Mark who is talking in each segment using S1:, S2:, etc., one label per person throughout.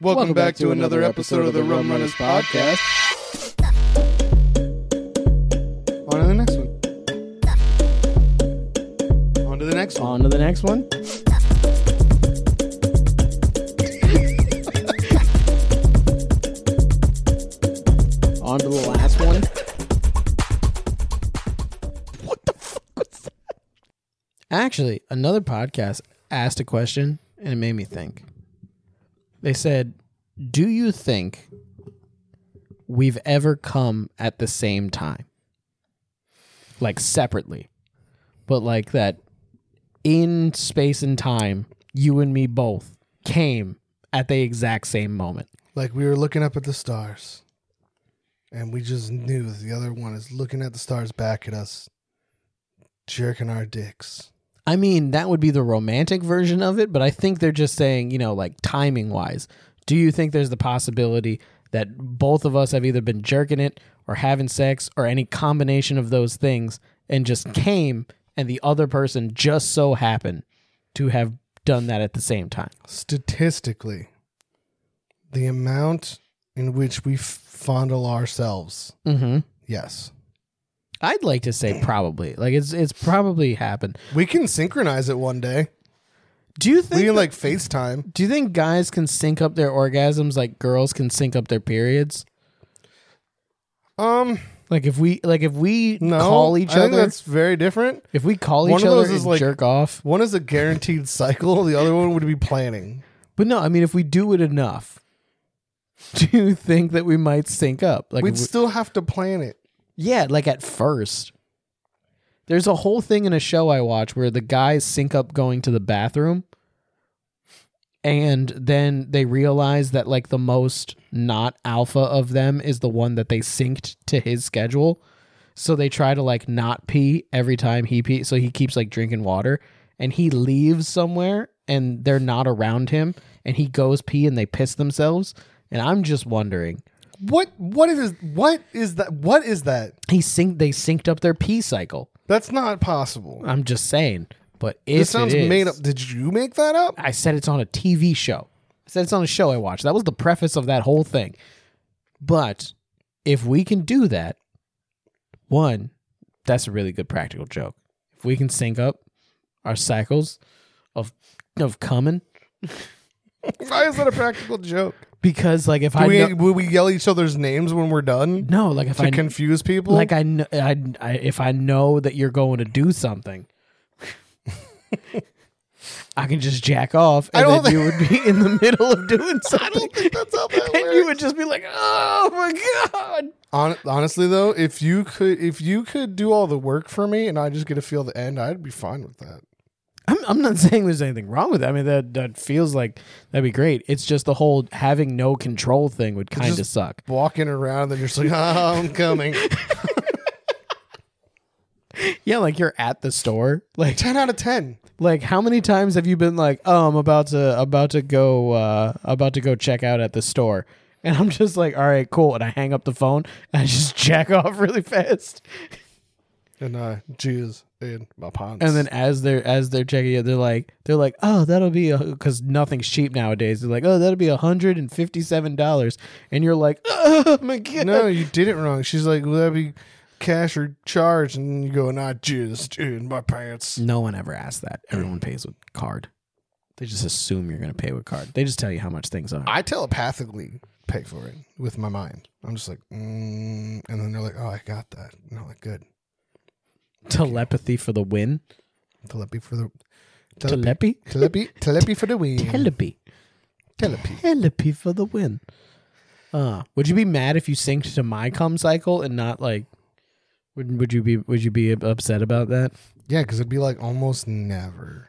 S1: Welcome, back, to another episode of the Rum Runners Podcast. On to the next one. On to the next one.
S2: On to the next one. On to the last one. What the fuck was that? Actually, another podcast asked a question and it made me think. They said, Do you think we've ever come at the same time? Like separately, but like that in space and time, you and me both came at the exact same moment.
S3: Like we were looking up at the stars, and we just knew that the other one is looking at the stars back at us, jerking our dicks.
S2: I mean, that would be the romantic version of it, but I think they're just saying, you know, like timing wise, do you think there's the possibility that both of us have either been jerking it or having sex or any combination of those things and just came and the other person just so happened to have done that at the same time?
S3: Statistically, the amount in which we f- fondle ourselves,
S2: Mm-hmm.
S3: yes,
S2: I'd like to say probably. Like it's it's probably happened.
S3: we can synchronize it one day.
S2: Do you
S3: We
S2: think
S3: can like FaceTime.
S2: do you think guys can sync up their orgasms like girls can sync up their periods?
S3: Um,
S2: Like if we like if we
S3: no,
S2: call each
S3: I think
S2: other
S3: that's very different.
S2: If we call
S3: One
S2: each
S3: of
S2: other
S3: those is
S2: and
S3: like-
S2: jerk off,
S3: One is a guaranteed cycle. The other one would be planning.
S2: but no, I mean if we do it enough, do you think that we might sync up? Like,
S3: We'd
S2: if we-
S3: still have to plan it.
S2: yeah, like at first. There's a whole thing in a show I watch where the guys sync up going to the bathroom, and then they realize that like the most not alpha of them is the one that they synced to his schedule. So they try to like not pee every time he pee. So he keeps like drinking water and he leaves somewhere and they're not around him and he goes pee and they piss themselves. And I'm just wondering,
S3: What? What is? What is that? What is that?
S2: he synced they synced up their pee cycle.
S3: That's not possible.
S2: I'm just saying. But if
S3: This sounds
S2: Uh, it is-
S3: made up. Did you make that up?
S2: I said it's on a TV show. I said it's on a show I watched. That was the preface of that whole thing. But if we can do that, one, that's a really good practical joke. If we can sync up our cycles of of coming,
S3: Why is that a practical joke?
S2: because like if
S3: Do
S2: I
S3: we,
S2: know,
S3: will we yell each other's names when we're done
S2: no, like if
S3: to
S2: I
S3: confuse people?
S2: like I, kn- I, I if I know that you're going to do something, I can just jack off,
S3: I
S2: and
S3: don't
S2: then you would be in the middle of doing something.
S3: think that's how that
S2: and you
S3: works.
S2: would just be like, "Oh my god!"
S3: Hon- honestly, though, if you could, if you could do all the work for me, and I just get to feel the end, I'd be fine with that.
S2: I'm, I'm not saying there's anything wrong with that. I mean, that that feels like that'd be great. It's just the whole having no control thing would kind of
S3: just-
S2: suck.
S3: Walking around, and then you're just like, "Ah, I'm coming.
S2: Yeah, like you're at the store, like
S3: ten out of ten.
S2: like how many times have you been like oh i'm about to about to go uh about to go check out at the store and i'm just like all right cool and i hang up the phone and i just jack off really fast
S3: And uh, jizz in my pants.
S2: and then as they're as they're checking it they're like they're like oh that'll be because nothing's cheap nowadays they're like oh that'll be a hundred and fifty seven dollars and you're like oh my god
S3: no, you did it wrong. She's like, "Will that be cash or charge?" And you go, "Not jizz in my pants."
S2: no one ever asks that everyone pays with card they just assume you're gonna pay with card they just tell you how much things are
S3: I telepathically pay for it with my mind. I'm just like, mm, and then they're like, "Oh, I got that." And I'm like, "Good."
S2: telepathy for the win
S3: Telepy for the telepy
S2: telepy
S3: telepy telepy for the win.
S2: telepy
S3: telepy.
S2: Penelope for the win. Uh, would you be mad if you synced to my cum cycle and not like? Would would you be would you be upset about that?
S3: Yeah, because it'd be like almost never.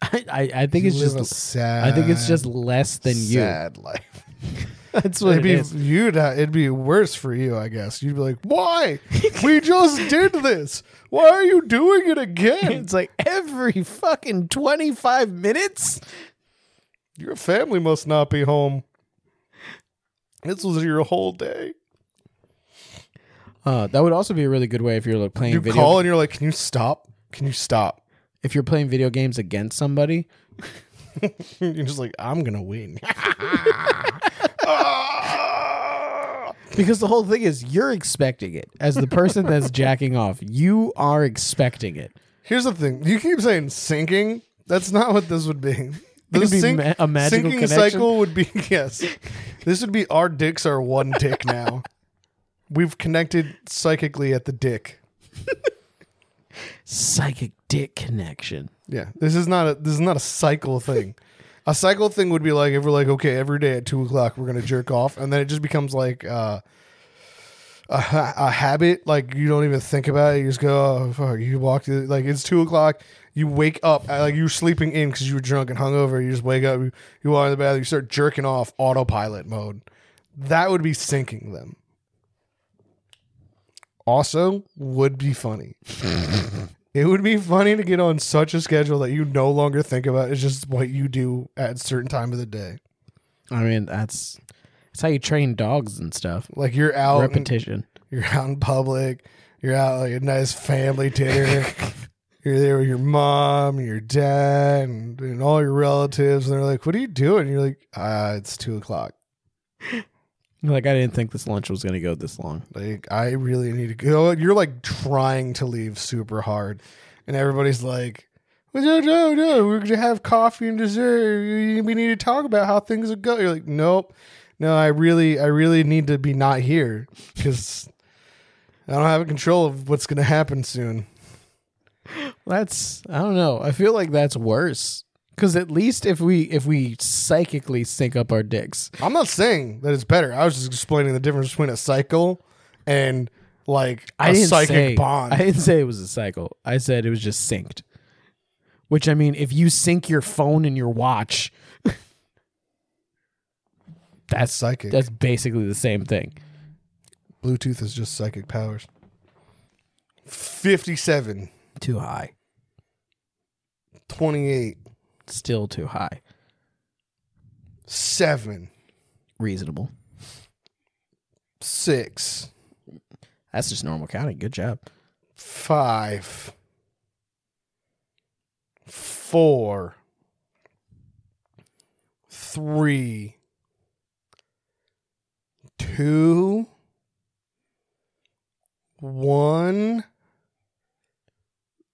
S2: I I, I think
S3: You
S2: it's
S3: live a
S2: just
S3: sad.
S2: I think it's just less than you.
S3: sad life.
S2: That's what
S3: It'd
S2: it
S3: be
S2: is.
S3: you'd ha- it'd be worse for you, I guess. You'd be like, "Why? we just did this. Why are you doing it again?
S2: It's like every fucking twenty five minutes.
S3: Your family must not be home. This was your whole day."
S2: Uh, that would also be a really good way if you're like playing
S3: You
S2: video.
S3: call and you're like, "Can you stop? Can you stop?"
S2: If you're playing video games against somebody,
S3: You're just like, I'm gonna win. Ah!
S2: Because the whole thing is you're expecting it. As the person that's jacking off, you are expecting it.
S3: Here's the thing: you keep saying sinking. That's not what this would be. This
S2: could be ma- a magical
S3: sinking
S2: connection.
S3: cycle would be yes. This would be our dicks are one dick now. We've connected psychically at the dick.
S2: Psychic dick connection.
S3: Yeah, this is not a this is not a cycle thing. A cycle thing would be like if we're like, okay, every day at two o'clock we're gonna jerk off, and then it just becomes like uh, a ha- a habit. Like you don't even think about it. You just go, oh, fuck. You walk to like it's two o'clock. You wake up uh, like you're sleeping in because you were drunk and hungover. You just wake up. You, you are in the bathroom. You start jerking off autopilot mode. That would be sinking them. Also, would be funny. It would be funny to get on such a schedule that you no longer think about. It's just what you do at a certain time of the day.
S2: I mean, that's that's how you train dogs and stuff.
S3: Like you're out, in-
S2: Repetition.
S3: you're out in public. You're out like a nice family dinner. you're there with your mom, your dad, and, and all your relatives, and they're like, "What are you doing?" you're like, "Ah, it's two o'clock.
S2: Like I didn't think this lunch was gonna go this long.
S3: Like I really need to go." You're like trying to leave super hard, and everybody's like. No, no, no. We're gonna have coffee and dessert. We need to talk about how things are going. You're like, nope, no. I really, I really need to be not here because I don't have control of what's gonna happen soon.
S2: That's I don't know. I feel like that's worse. Cause at least if we if we psychically sync up our dicks,
S3: I'm not saying that it's better. I was just explaining the difference between a cycle and like a
S2: I didn't
S3: psychic
S2: say,
S3: bond.
S2: I didn't say it was a cycle. I said it was just synced. Which I mean, if you sync your phone and your watch, that's
S3: Psychic.
S2: That's basically the same thing.
S3: Bluetooth is just psychic powers. Fifty-seven,
S2: Too high.
S3: twenty-eight,
S2: Still too high.
S3: 7,
S2: Reasonable.
S3: 6,
S2: That's just normal counting. Good job.
S3: five, four, three, two, one,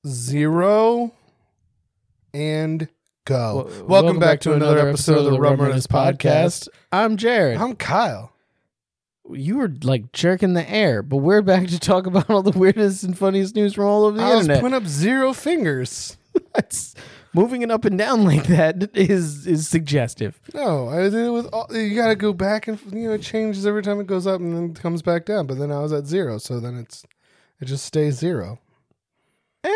S3: zero, and go. welcome, back, to another, episode of the Rum Runners podcast.
S2: I'm Jared.
S3: I'm Kyle.
S2: you were like jerking the air, but we're back to talk about all the weirdest and funniest news from all over the
S3: I was
S2: internet.
S3: putting up zero fingers.
S2: That's- moving it up and down like that is is suggestive.
S3: No, I did it with all, you got to go back and you know it changes every time it goes up and then it comes back down. But then I was at zero, so then it's it just stays zero.
S2: Eh.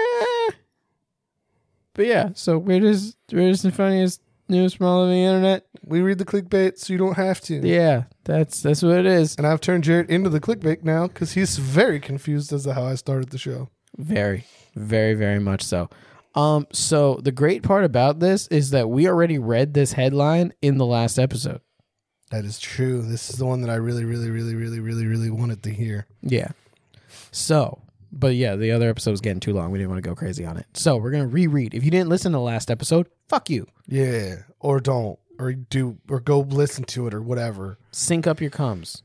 S2: But yeah, so weirdest, weirdest and funniest news from all over the internet.
S3: We read the clickbait, so you don't have to.
S2: Yeah, that's that's what it is.
S3: And I've turned Jared into the clickbait now because he's very confused as to how I started the show.
S2: Very, very, very much so. Um, so the great part about this is that we already read this headline in the last episode.
S3: That is true. This is the one that I really, really, really, really, really, really wanted to hear.
S2: Yeah. So, but yeah, the other episode was getting too long. We didn't want to go crazy on it. So we're gonna reread. If you didn't listen to the last episode, fuck you.
S3: Yeah, or don't, or do, or go listen to it, or whatever.
S2: Sync up your cums.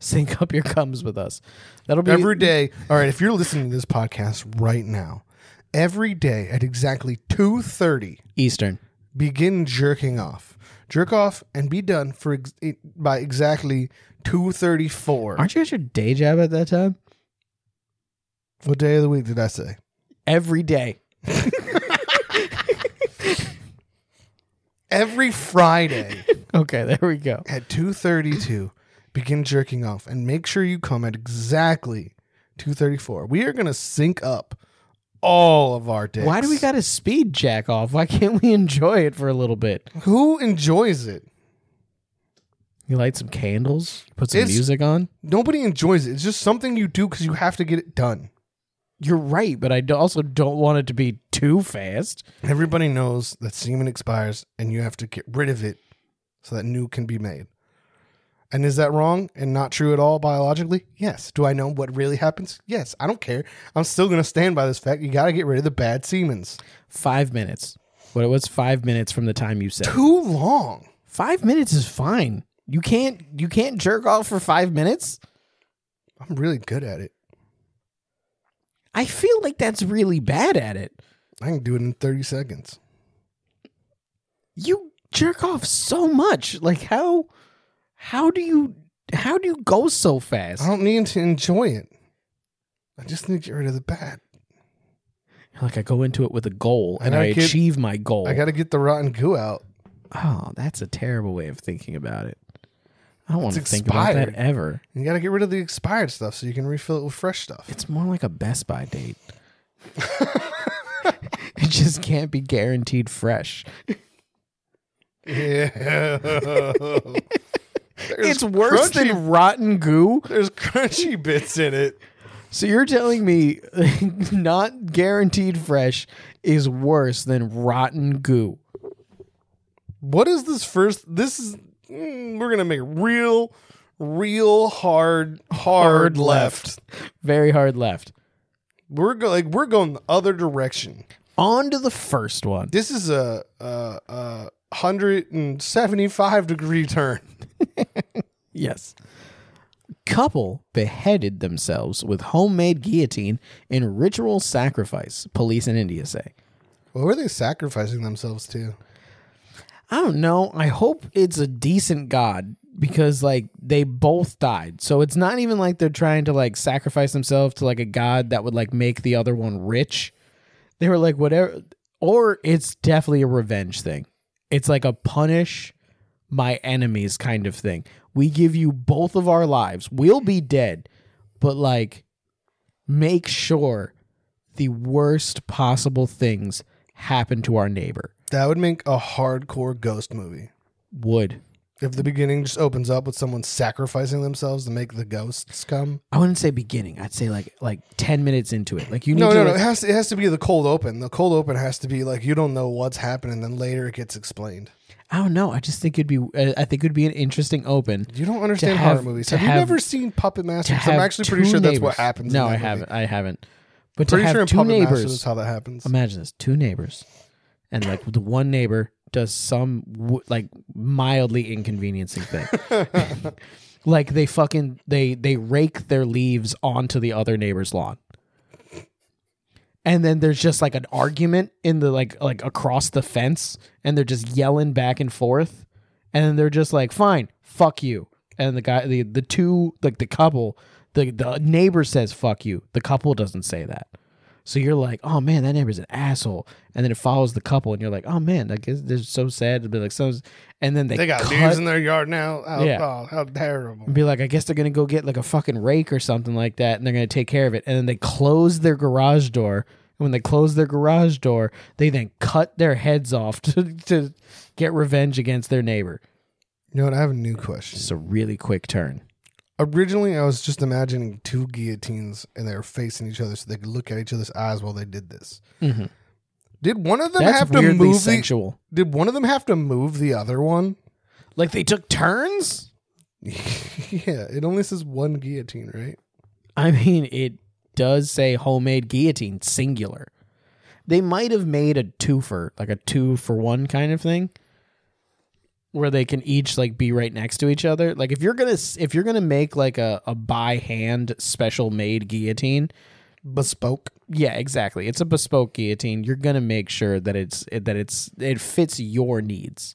S2: Sync up your cums with us. That'll be
S3: Every day. All right, if you're listening to this podcast right now, every day at exactly two thirty.
S2: Eastern.
S3: begin jerking off. Jerk off and be done for ex- it- by exactly 2:34.
S2: Aren't you at your day job at that time?
S3: What day of the week did I say?
S2: Every day.
S3: Every Friday
S2: Okay, there we go.
S3: at 2:32, begin jerking off and make sure you come at exactly 2:34. We are going to sync up all of our days.
S2: Why do we got to speed jack off? Why can't we enjoy it for a little bit?
S3: Who enjoys it?
S2: You light some candles, put some
S3: It's-
S2: music on.
S3: Nobody enjoys it. It's just something you do cuz you have to get it done.
S2: You're right, but I do- also don't want it to be too fast.
S3: Everybody knows that semen expires and you have to get rid of it so that new can be made. And is that wrong and not true at all biologically? Yes. Do I know what really happens? Yes. I don't care. I'm still going to stand by this fact. You got to get rid of the bad semens.
S2: Five minutes. But it was five minutes from the time you said. it.
S3: Too long.
S2: Five minutes is fine. You can't you can't jerk off for five minutes.
S3: I'm really good at it.
S2: I feel like that's really bad at it.
S3: I can do it in 30 seconds.
S2: You jerk off so much. Like how how do you how do you go so fast?
S3: I don't need to enjoy it. I just need to get rid of the bad.
S2: Like I go into it with a goal
S3: I
S2: and I,
S3: gotta get-
S2: achieve my goal.
S3: I got to get the rotten goo out.
S2: oh, that's a terrible way of thinking about it. I don't want to
S3: It's
S2: think about that
S3: expired.
S2: ever.
S3: You got to get rid of the expired stuff so you can refill it with fresh stuff.
S2: It's more like a Best Buy date. it just can't be guaranteed fresh.
S3: Yeah.
S2: It's worse
S3: crunchy,
S2: than rotten goo.
S3: There's crunchy bits in it.
S2: So you're telling me not guaranteed fresh is worse than rotten goo?
S3: What is this first? This is. mm, We're going to make real, real hard, hard,
S2: Hard left.
S3: left.
S2: Very hard left.
S3: We're go- like we're going the other direction.
S2: On to the first one.
S3: This is a, a, a 175 degree turn.
S2: Yes. Couple beheaded themselves with homemade guillotine in ritual sacrifice, police in India say.
S3: What were they sacrificing themselves to?
S2: I don't know. I hope it's a decent god because like they both died. So it's not even like they're trying to like sacrifice themselves to like a god that would like make the other one rich. They were like whatever or it's definitely a revenge thing. It's like a punish my enemies kind of thing. We give you both of our lives. We'll be dead, but like make sure the worst possible things happen to our neighbor.
S3: That would make a hardcore ghost movie.
S2: Would
S3: If the beginning just opens up with someone sacrificing themselves to make the ghosts come.
S2: I wouldn't say beginning. I'd say like like ten minutes into it. Like you need
S3: No,
S2: to
S3: no, no.
S2: like-
S3: It has to, it has to be the cold open. The cold open has to be like you don't know what's happening, then later it gets explained.
S2: I don't know. I just think it'd be. uh, I think it'd be an interesting open.
S3: You don't understand
S2: have-
S3: horror movies.
S2: to
S3: Have you
S2: have-
S3: never seen Puppet
S2: To
S3: Masters?
S2: have
S3: I'm actually pretty
S2: two
S3: sure that's
S2: neighbors-
S3: what happens.
S2: No,
S3: in that
S2: I
S3: movie.
S2: haven't. I haven't. But to
S3: Pretty
S2: have
S3: sure in
S2: two
S3: Puppet Masters is
S2: neighbors.
S3: how that happens.
S2: Imagine this: two neighbors, and like the one neighbor does some w- like mildly inconveniencing thing. like they fucking they they rake their leaves onto the other neighbor's lawn. And then there's just like an argument in the like like across the fence and they're just yelling back and forth and then they're just like fine, fuck you. And the guy the the two like the couple the the neighbor says fuck you. The couple doesn't say that. So you're like, oh man, that neighbor's an asshole, and then it follows the couple, and you're like, oh man, like it's- they're so sad to be like so, and then they,
S3: They got
S2: cut,
S3: leaves in their yard now. Oh,
S2: Yeah.
S3: oh, how terrible.
S2: and be like, I guess they're gonna go get like a fucking rake or something like that, and they're gonna take care of it. And then they close their garage door. And when they close their garage door, they then cut their heads off to, to get revenge against their neighbor.
S3: You know what? I have a new question.
S2: It's a really quick turn.
S3: Originally, I was just imagining two guillotines and they were facing each other so they could look at each other's eyes while they did this.
S2: Mhm.
S3: Did one of them
S2: That's
S3: have to
S2: weirdly
S3: move
S2: sensual.
S3: the? Did one of them have to move the other one?
S2: Like they took turns.
S3: yeah, it only says one guillotine, right?
S2: I mean, it does say homemade guillotine singular. They might have made a twofer, like a two for one kind of thing, where they can each like be right next to each other. Like if you're gonna s- if you're gonna make like a a by hand special made guillotine,
S3: Bespoke.
S2: yeah, exactly. It's a bespoke guillotine. You're gonna make sure that it's that it's it fits your needs.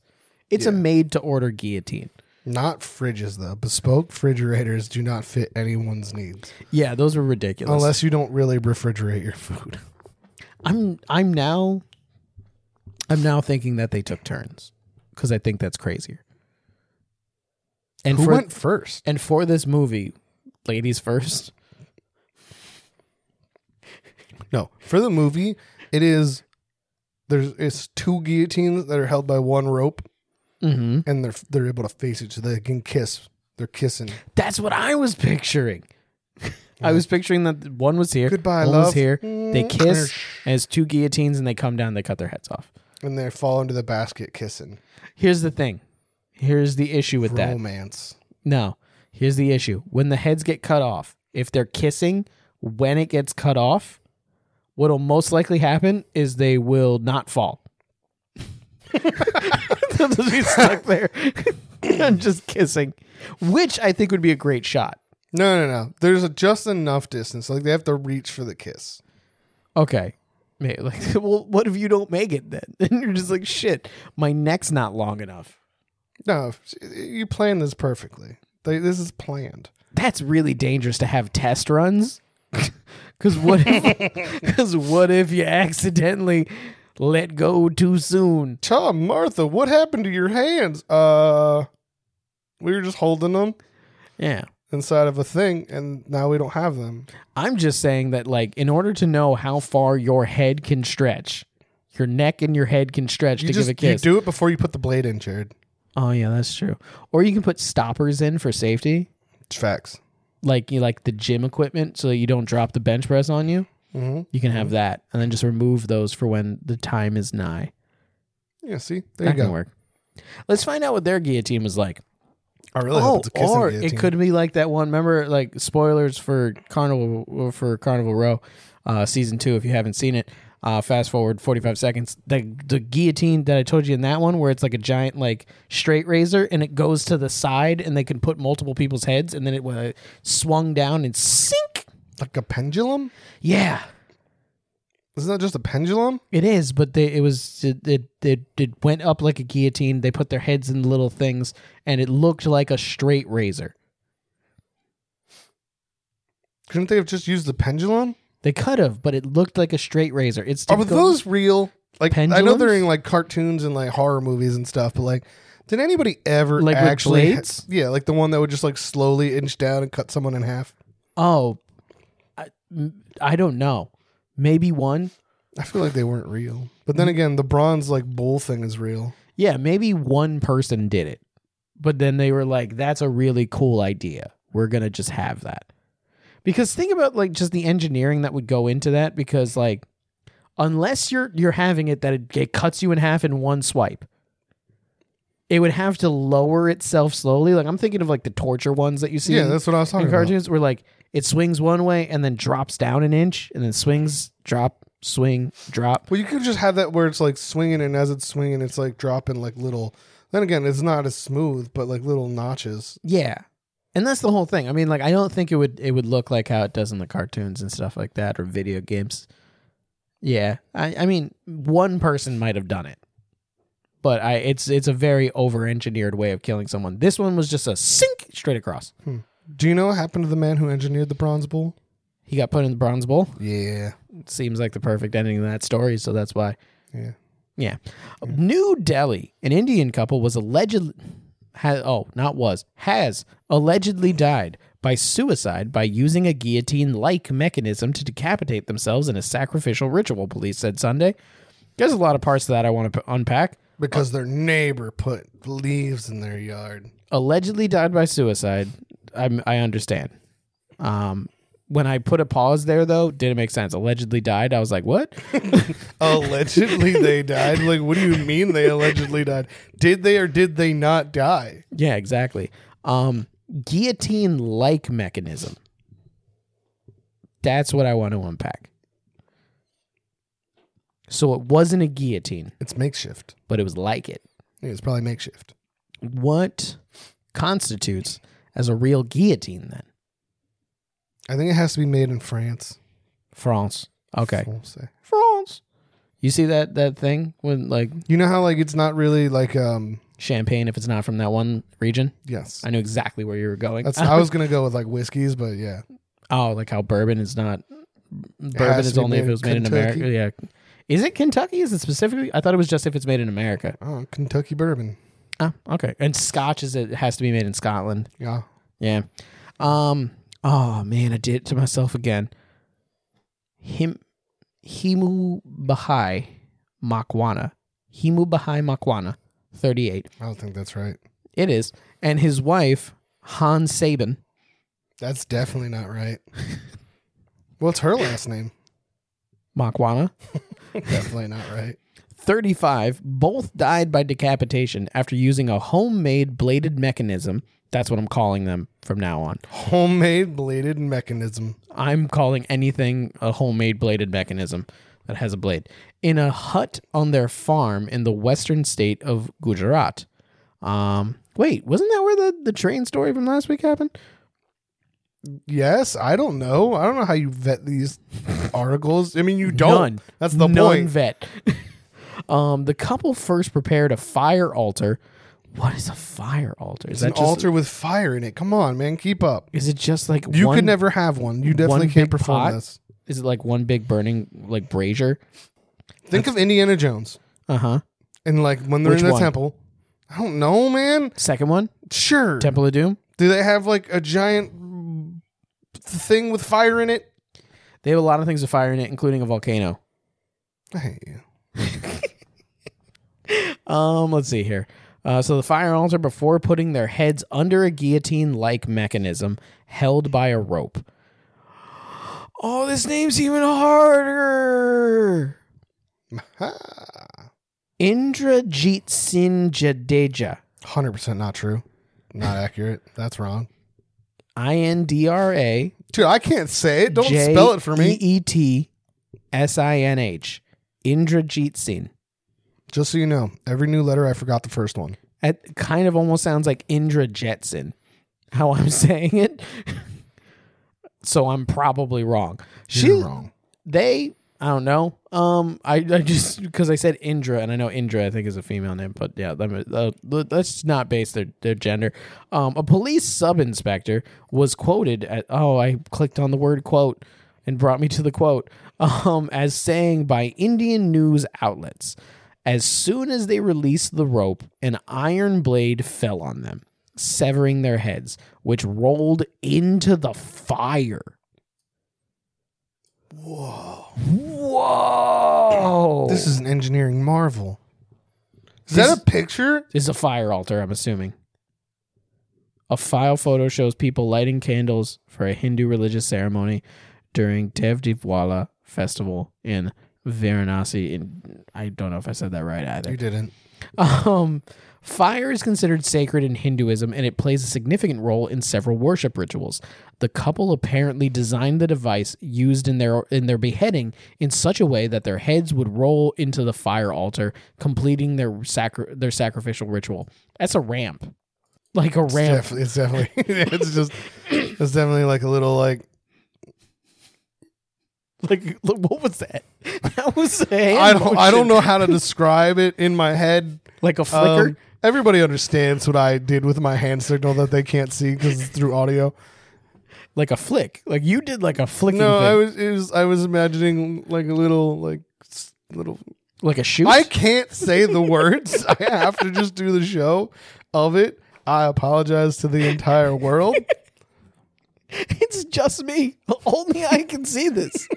S2: It's a made to order guillotine.
S3: Not fridges though. Bespoke refrigerators do not fit anyone's needs
S2: Yeah, those were ridiculous.
S3: unless you don't really refrigerate your food.
S2: I'm I'm now I'm now thinking that they took turns because I think that's crazier. And
S3: Who
S2: for
S3: went first?
S2: and for this movie, ladies first.
S3: No, for the movie, it is there's it's two guillotines that are held by one rope,
S2: Mm-hmm.
S3: and they're they're able to face each other. They can kiss. They're kissing.
S2: That's what I was picturing. I was picturing that one was here,
S3: Goodbye,
S2: one was
S3: love. Mm.
S2: here. They kiss, and it's two guillotines, and they come down. They cut their heads off.
S3: And they fall into the basket kissing.
S2: Here's the thing. Here's the issue with that.
S3: Romance.
S2: No. Here's the issue. When the heads get cut off, if they're kissing, when it gets cut off, what'll most likely happen is they will not fall. They'll just be stuck there and just kissing, which I think would be a great shot.
S3: No, no, no. There's a just enough distance. Like they have to reach for the kiss.
S2: Okay. Maybe, like, well, what if you don't make it then? And you're just like, shit, my neck's not long enough.
S3: No, you planned this perfectly. They, this is planned.
S2: That's really dangerous to have test runs. Because what, if- 'cause what if you accidentally let go too soon?
S3: Tell 'em, Martha, what happened to your hands? Uh, we were just holding them
S2: Yeah.
S3: inside of a thing, and now we don't have them.
S2: I'm just saying that, like, in order to know how far your head can stretch, your neck and your head can stretch
S3: You
S2: to
S3: just
S2: give a kiss.
S3: you do it before you put the blade in, Jared.
S2: oh yeah, that's true. Or you can put stoppers in for safety,
S3: It's facts.
S2: like you like the gym equipment, so that you don't drop the bench press on you.
S3: hmm
S2: You can have that, and then just remove those for when the time is nigh.
S3: Yeah, see, there
S2: That
S3: you
S2: can
S3: go.
S2: work. Let's find out what their guillotine was like.
S3: I really
S2: oh,
S3: hope it's a kissing
S2: or
S3: guillotine.
S2: it could be like that one. Remember, like spoilers for Carnival or for Carnival Row, uh, season two. If you haven't seen it, uh, fast forward forty five seconds. The the guillotine that I told you in that one, where it's like a giant like straight razor, and it goes to the side, and they can put multiple people's heads, and then it uh, swung down and sink.
S3: like a pendulum.
S2: Yeah,
S3: Isn't that just a pendulum?
S2: it is. But they it was it it, it it went up like a guillotine. They put their heads in little things, and it looked like a straight razor.
S3: Couldn't they have just used the pendulum?
S2: They could have, but it looked like a straight razor. It's
S3: Are
S2: typical-
S3: those real? Like I know they're
S2: Pendulums?
S3: in like cartoons and like horror movies and stuff, but like, did anybody ever
S2: Like with
S3: actually?
S2: blades?
S3: yeah, like the one that would just like slowly inch down and cut someone in half.
S2: Oh, I, m- I don't know. Maybe one.
S3: I feel like they weren't real, but
S2: Mm-hmm.
S3: then again, the bronze like bull thing is real.
S2: Yeah, maybe one person did it. But then they were like, that's a really cool idea. We're going to just have that. Because think about like just the engineering that would go into that because like unless you're you're having it that it, it cuts you in half in one swipe. It would have to lower itself slowly. Like I'm thinking of like the torture ones that you see.
S3: yeah,
S2: in-
S3: that's what I was talking
S2: in
S3: about.
S2: cartoons where like it swings one way and then drops down an inch and then swings, drop, swing, drop.
S3: Well, you could just have that where it's like swinging, and as it's swinging, it's like dropping like little. Then again, it's not as smooth, but like little notches.
S2: Yeah. And that's the whole thing. I mean, like I don't think it would it would look like how it does in the cartoons and stuff like that or video games. Yeah. I, I mean, one person might have done it. But I it's it's a very over engineered way of killing someone. This one was just a sink straight across.
S3: Do you know what happened to the man who engineered the bronze bull?
S2: He got put in the bronze bowl.
S3: Yeah,
S2: It seems like the perfect ending to that story, so that's why
S3: yeah.
S2: Yeah. New Delhi, an Indian couple was allegedly has oh, not was, has allegedly died by suicide by using a guillotine-like mechanism to decapitate themselves in a sacrificial ritual, police said Sunday. There's a lot of parts of that I want to unpack.
S3: Because their neighbor put leaves in their yard.
S2: Allegedly died by suicide. I'm, I understand. Um when I put a pause there though, didn't make sense. Allegedly died. I was like, "What?"
S3: Allegedly, they died. Like, what do you mean they allegedly died? Did they or did they not die?
S2: Yeah, exactly. Um, guillotine like mechanism. That's what I want to unpack. So it wasn't a guillotine,
S3: It's makeshift.
S2: but it was like it.
S3: Yeah, it's probably makeshift.
S2: What constitutes as a real guillotine then?
S3: I think it has to be made in France.
S2: France. Okay.
S3: we'll say.
S2: France. You see that that thing when like
S3: You know how like it's not really like um
S2: champagne if it's not from that one region?
S3: yes.
S2: I knew exactly where you were going.
S3: That's I was gonna go with like whiskeys, but yeah.
S2: Oh, like how bourbon is not bourbon
S3: has to
S2: is
S3: be
S2: only if
S3: made
S2: it was
S3: in
S2: made in
S3: Kentucky.
S2: America. Yeah. Is it Kentucky? Is it specifically? I thought it was just if it's made in America.
S3: Oh, Kentucky bourbon.
S2: Ah, okay. And Scotch is it has to be made in Scotland.
S3: Yeah.
S2: Yeah. Um. Oh man, I did it to myself again. Him, Himu Bahai Makwana, Himu Bahai Makwana, thirty-eight.
S3: I don't think that's right.
S2: It is, and his wife Han Sabin.
S3: That's definitely not right. What's her last name?
S2: Makwana,
S3: definitely not right.
S2: 35 both died by decapitation after using a homemade bladed mechanism. That's what I'm calling them from now on.
S3: Homemade bladed mechanism.
S2: I'm calling anything a homemade bladed mechanism. that has a blade in a hut on their farm in the western state of Gujarat. Um, wait, wasn't that where the, the train story from last week happened?
S3: Yes, I don't know. I don't know how you vet these articles. I mean, you don't.
S2: None.
S3: That's the point.
S2: Non-vet. um, the couple first prepared a fire altar. What is a fire altar? Is
S3: It's an
S2: just,
S3: altar with fire in it. Come on, man, keep up.
S2: Is it just like
S3: You
S2: one,
S3: could never have one. You definitely
S2: one
S3: can't
S2: big
S3: perform
S2: pot?
S3: this.
S2: Is it like one big burning like brazier?
S3: Think of Indiana Jones
S2: Uh
S3: Uh-huh.
S2: huh.
S3: and like when they're
S2: Which
S3: in the
S2: one?
S3: temple. I don't know, man.
S2: Second one,
S3: Sure.
S2: Temple of Doom.
S3: Do they have like a giant mm, thing with fire in it?
S2: They have a lot of things with fire in it, including a volcano.
S3: I hate you.
S2: Um, let's see here. Uh, so the fire altar before putting their heads under a guillotine-like mechanism held by a rope. Oh, this name's even harder.
S3: Ah.
S2: Indrajit Singh Jadeja.
S3: Hundred percent not true. Not accurate. That's wrong.
S2: I N D R A.
S3: Dude, I can't say it. Don't spell it for
S2: J
S3: me.
S2: E E T S I N H. Indrajit Singh.
S3: Just so you know, every new letter I forgot the first one.
S2: It kind of almost sounds like Indra Jetson, how I'm saying it. so I'm probably wrong. She,
S3: You're wrong.
S2: they, I don't know. Um, I, I just because I said Indra, and I know Indra, I think is a female name, but yeah, let me, uh, let- let's not base their their gender. Um, a police sub inspector was quoted at. Oh, I clicked on the word quote and brought me to the quote. Um, as saying by Indian news outlets. As soon as they released the rope, an iron blade fell on them, severing their heads, which rolled into the fire. Whoa. Whoa.
S3: This is an engineering marvel. Is
S2: This-
S3: that a picture?
S2: This is a fire altar, I'm assuming. A file photo shows people lighting candles for a Hindu religious ceremony during Dev Diwali festival in Varanasi. In I don't know if I said that right either.
S3: You didn't.
S2: Um, fire is considered sacred in Hinduism and it plays a significant role in several worship rituals. The couple apparently designed the device used in their in their beheading in such a way that their heads would roll into the fire altar, completing their sacri- their sacrificial ritual. That's a ramp. Like a ramp.
S3: Def- it's definitely it's just it's definitely like a little like
S2: Like look, what was that? That was a hand
S3: I don't I don't
S2: motion.
S3: know how to describe it in my head.
S2: Like a
S3: Um,
S2: flicker.
S3: everybody understands what I did with my hand signal that they can't see because it's through audio.
S2: like a flick. Like you did like a flicking
S3: No,
S2: thing.
S3: I was it was I was imagining like a little like s- little.
S2: like a shoot.
S3: I can't say the words. I have to just do the show of it. I apologize to the entire world.
S2: It's just me. Only I can see this.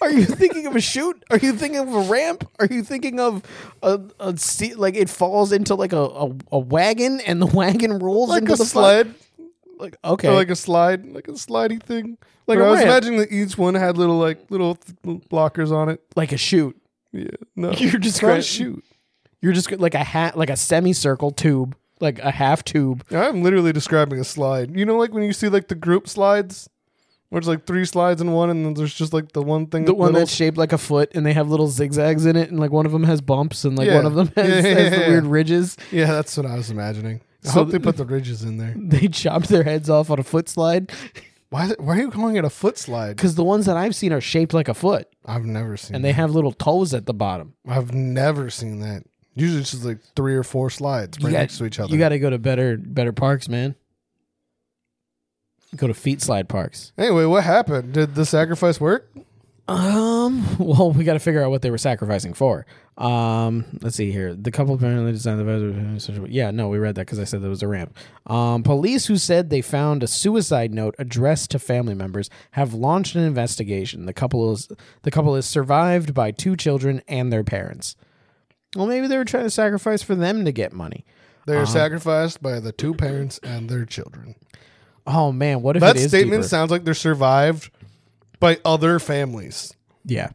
S2: Are you thinking of a chute? Are you thinking of a ramp? Are you thinking of a, a sea, like it falls into like a, a, a wagon and the wagon rolls
S3: Like
S2: into
S3: a
S2: the fu-
S3: sled,
S2: Like okay,
S3: or like a slide, like a slidey thing. Like
S2: a
S3: I was
S2: ramp.
S3: imagining that each one had little like little th- blockers on it.
S2: like a chute.
S3: Yeah, no,
S2: You're
S3: It's not a
S2: describing-
S3: shoot.
S2: You're just like a hat, like a semicircle tube, like a half tube.
S3: I'm literally describing a slide. You know, like when you see like the group slides, where it's like three slides in one, and then there's just like the one thing.
S2: The one
S3: little-
S2: that's shaped like a foot, and they have little zigzags in it, and like one of them has bumps, and like
S3: Yeah.
S2: one of them has,
S3: Yeah, yeah,
S2: has the
S3: yeah.
S2: weird ridges.
S3: yeah, that's what I was imagining. I
S2: So
S3: hope they put the ridges in there.
S2: They chopped their heads off on a foot slide
S3: Why? Is it, why are you calling it a foot slide?
S2: because the ones that I've seen are shaped like a foot.
S3: I've never seen.
S2: and they have little toes at the bottom.
S3: that. I've never seen that. Usually, it's just like three or four slides right
S2: got-
S3: next to each other.
S2: You got to go to better better parks, man. Go to feet slide parks.
S3: anyway, what happened? Did the sacrifice work?
S2: Um, well, we got to figure out what they were sacrificing for. Um, let's see here. The couple apparently designed the yeah. No, we read that because I said there was a ramp. Um, police who said they found a suicide note addressed to family members have launched an investigation. The couple is the couple is survived by two children and their parents. Well, maybe they were trying to sacrifice for them to get money.
S3: They
S2: Uh-huh.
S3: were sacrificed by the two parents and their children.
S2: Oh man, what if
S3: That
S2: it is
S3: statement
S2: deeper?
S3: sounds like they're survived by other families.
S2: yeah.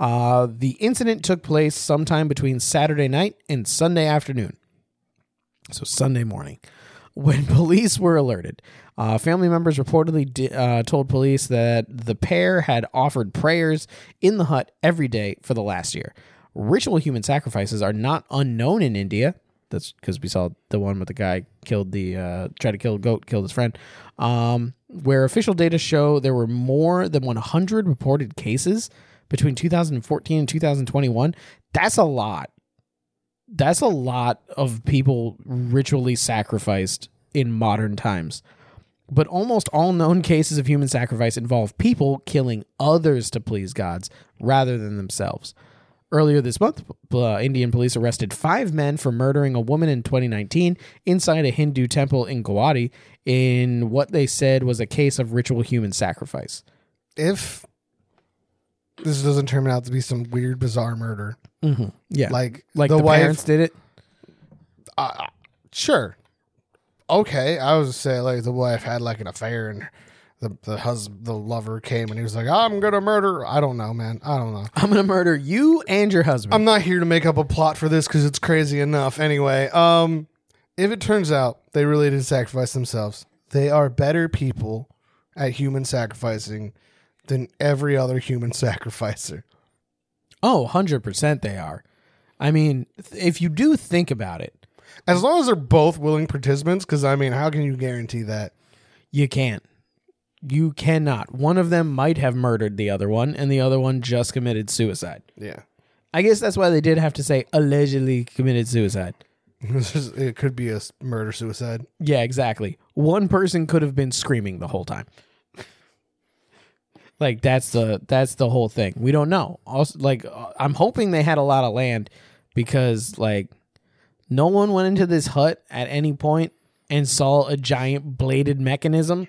S2: Uh, the incident took place sometime between Saturday night and Sunday afternoon. So Sunday morning. When police were alerted, uh, family members reportedly di- uh, told police that the pair had offered prayers in the hut every day for the last year. Ritual human sacrifices are not unknown in India. That's because we saw the one with the guy killed the uh, tried to kill a goat, killed his friend. Um, where official data show there were more than 100 reported cases between 2014 and 2021. That's a lot that's a lot of people ritually sacrificed in modern times. But almost all known cases of human sacrifice involve people killing others to please gods rather than themselves. Earlier this month, uh, Indian police arrested five men for murdering a woman in 2019 inside a Hindu temple in Guwahati in what they said was a case of ritual human sacrifice.
S3: If this doesn't turn out to be some weird, bizarre murder,
S2: Yeah,
S3: like
S2: like the, parents did it.
S3: sure okay i was say like the wife had like an affair and the, the husband the lover came and he was like i'm gonna murder her." i don't know man i don't know
S2: I'm gonna murder you and your husband.
S3: i'm not here to make up a plot for this because it's crazy enough anyway um if it turns out they really did sacrifice themselves they are better people at human sacrificing than every other human sacrificer
S2: Oh, 100% they are. I mean, th- if you do think about it,
S3: as long as they're both willing participants because i mean how can you guarantee that
S2: you can't. You cannot. One of them might have murdered the other one, and the other one just committed suicide.
S3: yeah
S2: I guess that's why they did have to say allegedly committed suicide.
S3: it could be a murder suicide
S2: Yeah, exactly. One person could have been screaming the whole time. Like that's the that's the whole thing. We don't know. Also, like uh, I'm hoping they had a lot of land because like no one went into this hut at any point and saw a giant bladed mechanism,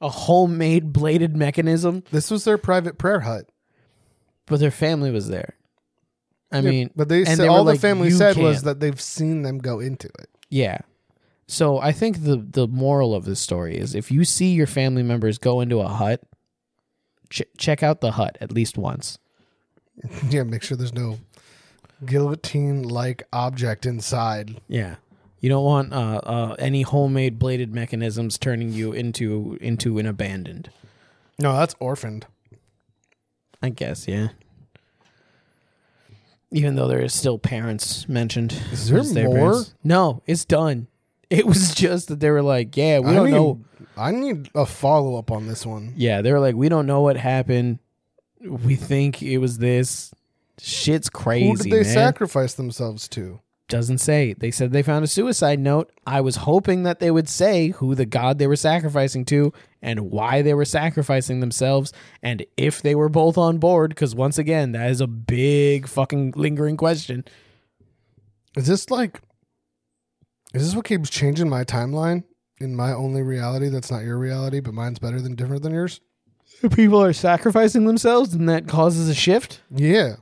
S2: a homemade bladed mechanism,
S3: This was their private prayer hut.
S2: but their family was there. I mean,
S3: but they
S2: and
S3: said
S2: were
S3: all the
S2: like,
S3: family
S2: "You
S3: said
S2: can't."
S3: was that they've seen them go into it.
S2: Yeah. So I think the the moral of this story is if you see your family members go into a hut, ch- check out the hut at least once.
S3: yeah, make sure there's no guillotine-like object inside.
S2: Yeah. You don't want uh, uh, any homemade bladed mechanisms turning you into into an abandoned.
S3: No, that's orphaned.
S2: I guess, yeah. Even though there is still parents mentioned. Is
S3: there more?
S2: No, it's done. It was just that they were like, yeah, we
S3: I
S2: don't
S3: need,
S2: know.
S3: I need a follow-up on this one.
S2: Yeah, they were like, we don't know what happened. We think it was this. Shit's crazy,
S3: Who did they
S2: man.
S3: sacrifice themselves to?
S2: Doesn't say. They said they found a suicide note. I was hoping that they would say who the god they were sacrificing to and why they were sacrificing themselves and if they were both on board. Because once again, that is a big fucking lingering question.
S3: Is this like? Is this what keeps changing my timeline in my only reality? That's not your reality, but mine's better than different than yours.
S2: People are sacrificing themselves and that causes a shift?
S3: Yeah,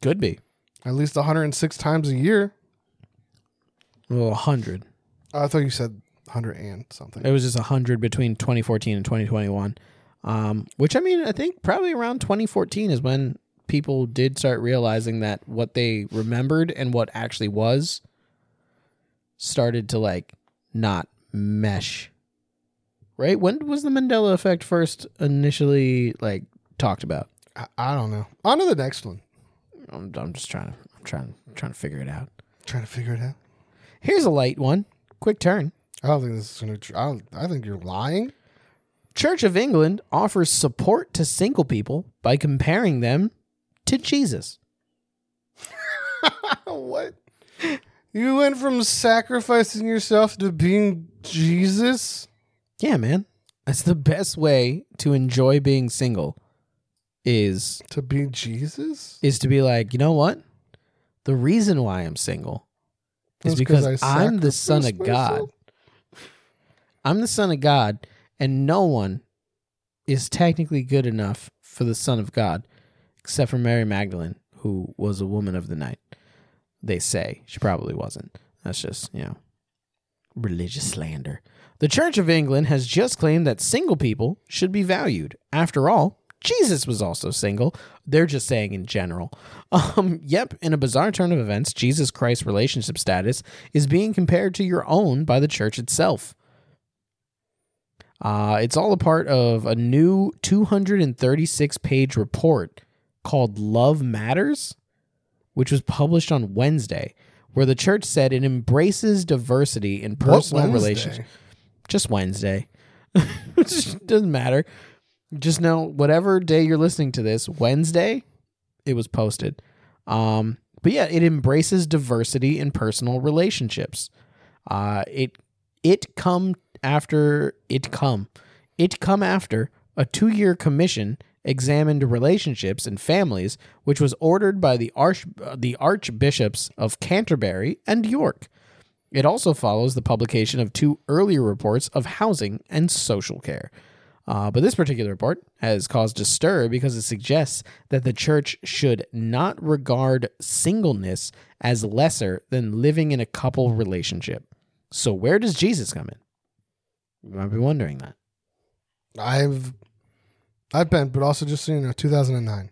S2: Could be.
S3: at least 106 times a year.
S2: Well, 100.
S3: I thought you said 100 and something.
S2: It was just 100 between 2014 and 2021. Um, which I mean, I think probably around 2014 is when people did start realizing that what they remembered and what actually was started to like not mesh. Right? When was the Mandela effect first initially like talked about?
S3: I, I don't know. On to the next one.
S2: I'm, I'm just trying to I'm trying trying to figure it out.
S3: Trying to figure it out.
S2: Here's a light one. Quick turn.
S3: I don't think this is gonna. Tr- I don't. I think you're lying.
S2: Church of England offers support to single people by comparing them to Jesus.
S3: what? You went from sacrificing yourself to being Jesus.
S2: Yeah, man. That's the best way to enjoy being single is
S3: To be Jesus.
S2: is to be like, you know what? The reason why I'm single is
S3: That's
S2: because
S3: 'cause I
S2: I'm the son of
S3: sacrificed
S2: God.
S3: myself?
S2: I'm the son of God, and no one is technically good enough for the son of God except for Mary Magdalene, who was a woman of the night. They say she probably wasn't. That's just, you know, religious slander. The Church of England has just claimed that single people should be valued. After all, Jesus was also single. They're just saying in general. Um, yep, in a bizarre turn of events, Jesus Christ's relationship status is being compared to your own by the church itself. Uh, it's all a part of a new 236 page report called Love Matters, which was published on Wednesday, where the church said it embraces diversity in personal
S3: Wednesday?
S2: relationships. Just Wednesday. It doesn't matter. Just know whatever day you're listening to this, Wednesday, it was posted. Um, but yeah, it embraces diversity in personal relationships. Uh, it it come after it come it come after a two year commission examined relationships and families, which was ordered by the arch uh, the archbishops of Canterbury and York. It also follows the publication of two earlier reports of housing and social care. Uh, but this particular report has caused a stir because it suggests that the church should not regard singleness as lesser than living in a couple relationship. So, where does Jesus come in? You might be wondering that.
S3: I've I've been, but also just so you know, 2009.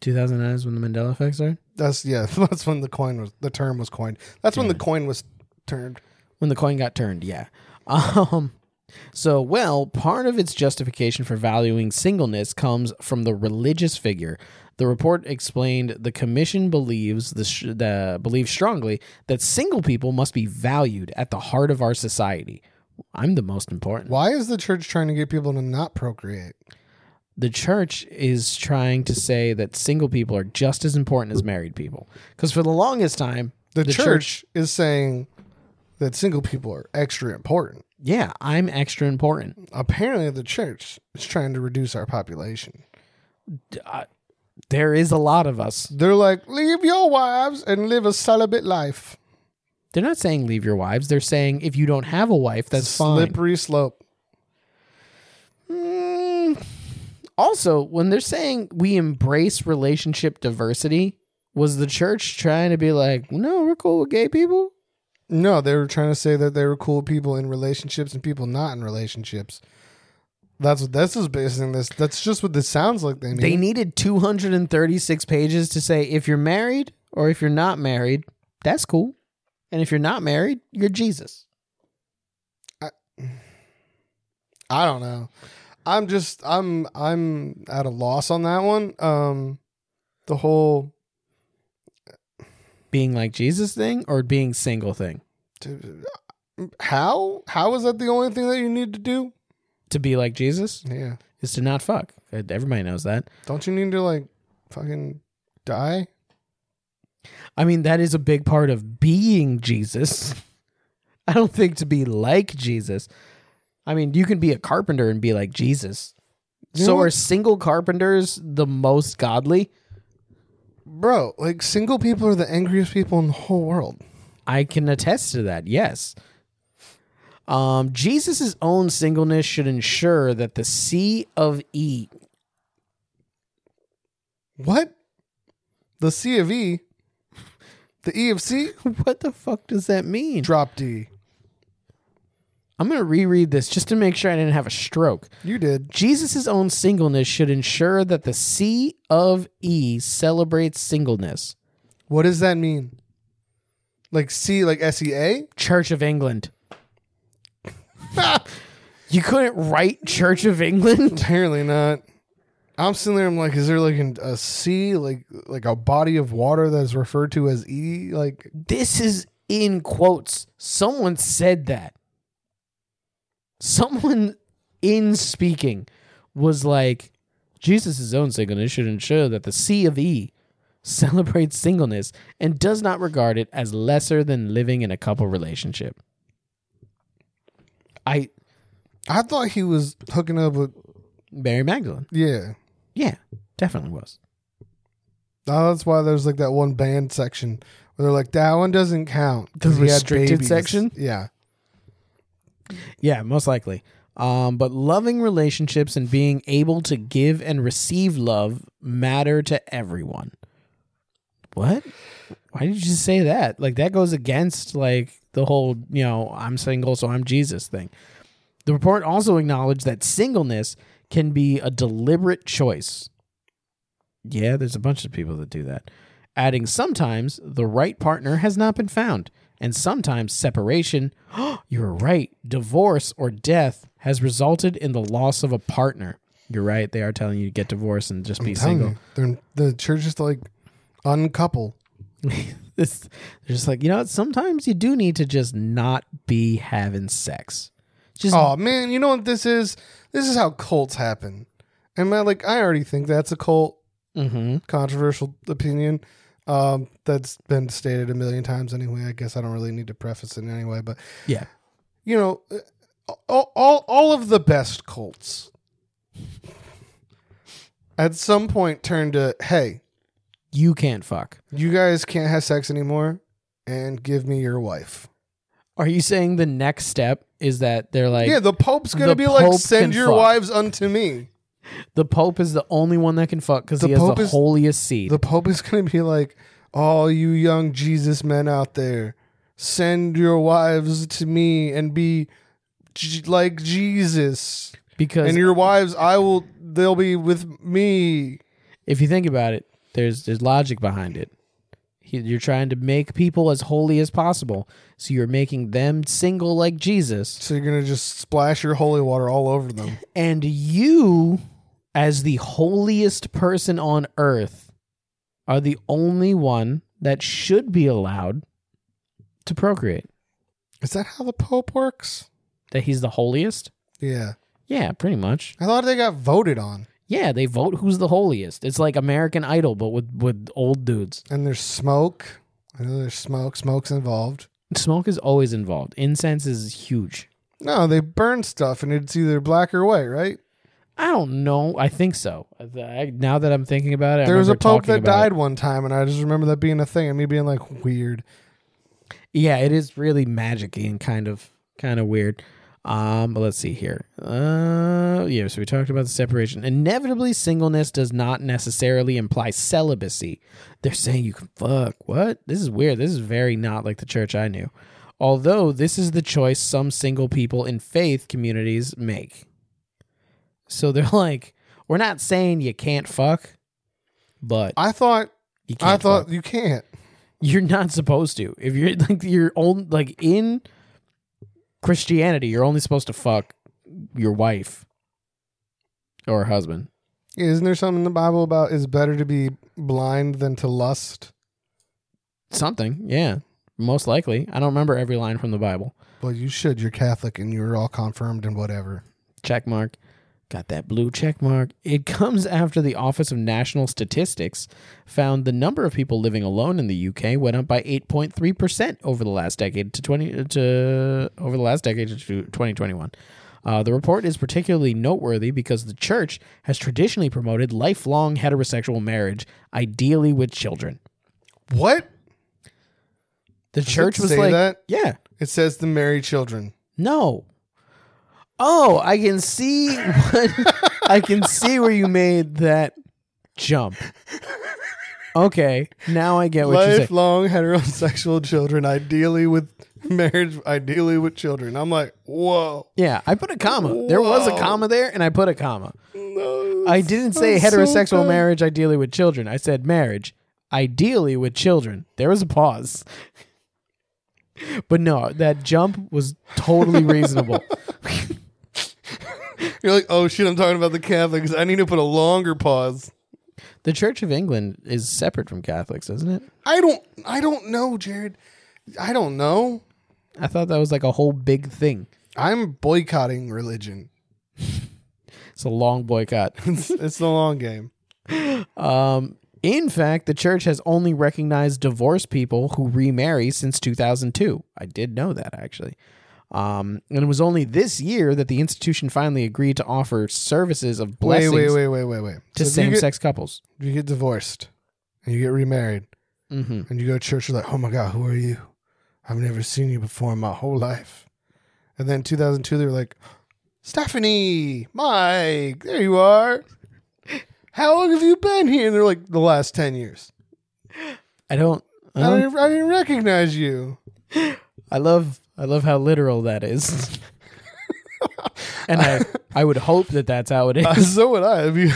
S2: 2009 is when the Mandela effect started?
S3: That's yeah. That's when the coin was the term was coined. That's when the coin was turned.
S2: when the coin got turned yeah um so well part of its justification for valuing singleness comes from the religious figure the report explained the commission believes the, sh- the believes strongly that single people must be valued at the heart of our society i'm the most important
S3: Why is the church trying to get people to not procreate?
S2: the church is trying to say that single people are just as important as married people because for the longest time
S3: The, church, is saying that single people are extra important.
S2: yeah i'm extra important
S3: Apparently, the church is trying to reduce our population.
S2: there is a lot of us
S3: They're like, leave your wives and live a celibate life.
S2: They're not saying leave your wives. They're saying if you don't have a wife, that's fine.
S3: Slippery slope.
S2: Mm. Also, when they're saying we embrace relationship diversity, was the church trying to be like, no, we're cool with gay people?
S3: No, they were trying to say that they were cool people in relationships and people not in relationships. That's what this is basing this. That's just what this sounds like. They mean.
S2: They needed 236 pages to say if you're married or if you're not married, that's cool. And if you're not married, you're Jesus.
S3: I don't know. I'm just I'm I'm at a loss on that one. Um the whole
S2: Being like Jesus thing or being single thing?
S3: how how is that the only thing that you need to do?
S2: To be like Jesus
S3: Yeah.
S2: is to not fuck. Uh, Everybody knows that.
S3: Don't you need to like fucking die?
S2: I mean, that is a big part of being Jesus. I don't think to be like Jesus. I mean, you can be a carpenter and be like Jesus.
S3: You know
S2: so
S3: what?
S2: are single carpenters the most godly?
S3: Bro, like single people are the angriest people in the whole world.
S2: I can attest to that. Yes. Um, Jesus' own singleness should ensure that the C of E,
S3: What? The C of E, the E of C,
S2: what the fuck does that mean?
S3: drop D.
S2: I'm gonna reread this just to make sure I didn't have a stroke.
S3: You did.
S2: Jesus' own singleness should ensure that the C of E celebrates singleness.
S3: What does that mean? Like C, like S E A?
S2: Church of England. you couldn't write Church of England?
S3: Apparently not. I'm sitting there. I'm like, is there like an, a sea, like like a body of water that is referred to as E? Like,
S2: This is in quotes. Someone said that. Someone in speaking was like, Jesus' own singleness should ensure that the C of E celebrates singleness and does not regard it as lesser than living in a couple relationship. I,
S3: I thought he was hooking up with.
S2: Mary Magdalene.
S3: Yeah,
S2: Yeah, definitely was.
S3: Oh, that's why there's like that one band section where they're like, that one doesn't count. 'cause
S2: The
S3: he had
S2: restricted
S3: babies."
S2: section?
S3: Yeah,
S2: Yeah, most likely. Um, but loving relationships and being able to give and receive love matter to everyone. What? Why did you just say that? Like that goes against like the whole, you know, I'm single so I'm Jesus thing. The report also acknowledged that singleness can be a deliberate choice. Yeah, there's a bunch of people that do that. Adding sometimes the right partner has not been found, and sometimes separation, you're right, divorce or death has resulted in the loss of a partner. You're right, they are telling you to get divorced and just be
S3: I'm telling
S2: single.
S3: you, they're- the church is like uncouple.
S2: it's, they're just like you know what? Sometimes you do need to just not be having sex. Just
S3: Oh man, you know what this is? This is how cults happen. And I like I already think that's a cult
S2: hmm
S3: controversial opinion. Um, that's been stated a million times anyway. I guess I don't really need to preface it anyway, but
S2: yeah,
S3: you know, uh, all all, all of the best cults at some point turned to, "Hey,
S2: you can't fuck.
S3: you guys can't have sex anymore and give me your wife."
S2: Are you saying the next step is that they're like
S3: yeah, the pope's going to
S2: the
S3: be
S2: Pope
S3: like,
S2: can
S3: "Send your
S2: fuck."
S3: wives unto me."
S2: the Pope is the only one that can fuck because
S3: The
S2: he has
S3: Pope
S2: the
S3: is-
S2: holiest seed.
S3: The Pope is going to be like, all you young Jesus men out there, send your wives to me and be J- like Jesus.
S2: because
S3: And your wives, I will, they'll be with me.
S2: if you think about it, there's there's logic behind it. He- You're trying to make people as holy as possible, so you're making them single like Jesus.
S3: So you're going to just splash your holy water all over them.
S2: and you as the holiest person on earth are the only one that should be allowed to procreate
S3: Is that how the Pope works?
S2: that he's the holiest
S3: Yeah.
S2: yeah pretty much
S3: I thought they got voted on
S2: yeah they vote who's the holiest it's like american idol but with with old dudes
S3: and there's smoke. I know there's smoke. Smoke's involved.
S2: smoke is always involved incense is huge
S3: No, they burn stuff and it's either black or white, right?
S2: i don't know i think so I- I- now that i'm thinking about it I
S3: There was a
S2: remember
S3: pope
S2: talking
S3: that
S2: about it.
S3: died one time, and I just remember that being a thing, and me being like, weird.
S2: Yeah, it is really magic and kind of kind of weird. Um, but let's see here. Uh, yeah, so we talked about the separation. Inevitably, singleness does not necessarily imply celibacy. They're saying you can fuck. What? This is weird. This is very not like the church I knew. Although this is the choice some single people in faith communities make. So they're like, we're not saying you can't fuck, but
S3: I thought,
S2: you can't
S3: I thought
S2: fuck
S3: you can't.
S2: you're not supposed to. If you're like you're only like in Christianity, you're only supposed to fuck your wife or husband.
S3: Isn't there something in the Bible about it's better to be blind than to lust?
S2: Something, yeah. Most likely. I don't remember every line from the Bible.
S3: Well, you should. You're Catholic, and you're all confirmed and whatever.
S2: Check mark. Got that blue check mark. It comes after the Office of National Statistics found the number of people living alone in the UK went up by 8.3% over the last decade to 20 to over the last decade to 2021. Uh, the report is particularly noteworthy because the church has traditionally promoted lifelong heterosexual marriage, ideally with children.
S3: What?
S2: The church was
S3: say
S2: like,
S3: that?
S2: yeah,
S3: It says to marry children.
S2: No. Oh, I can see what I can see where you made that jump. Okay, now I get what you said.
S3: Lifelong heterosexual children, ideally with marriage, ideally with children. I'm like, whoa.
S2: Yeah, I put a comma. There was a
S3: Whoa.
S2: comma there, and I put a comma.
S3: No.
S2: I didn't say
S3: That's so
S2: heterosexual
S3: bad.
S2: marriage ideally with children. I said marriage ideally with children. There was a pause. But no, that jump was totally reasonable.
S3: You're like, oh shit, I'm talking about the Catholics. I need to put a longer pause.
S2: the Church of England is separate from Catholics, isn't it?
S3: I don't I don't know, Jared. I don't know.
S2: I thought that was like a whole big thing.
S3: I'm boycotting religion.
S2: It's a long boycott.
S3: It's, it's the long game.
S2: Um, in fact, the church has only recognized divorced people who remarry since 2002. I did know that actually. Um, and it was only this year that the institution finally agreed to offer services of
S3: Wait,
S2: blessings
S3: wait, wait, wait, wait, wait. So
S2: to
S3: if you
S2: same
S3: get-
S2: sex couples.
S3: if You get divorced and you get remarried
S2: hmm
S3: and you go to church, you're like, oh my God, who are you? I've never seen you before in my whole life. And then 2002, they were like, Stephanie, Mike, there you are. How long have you been here? And they're like, the last 10 years.
S2: I don't. I,
S3: I,
S2: don't
S3: didn't, I didn't recognize you.
S2: I love. I love how literal that is. and I, I would hope that that's how it is.
S3: Uh, so would I. If you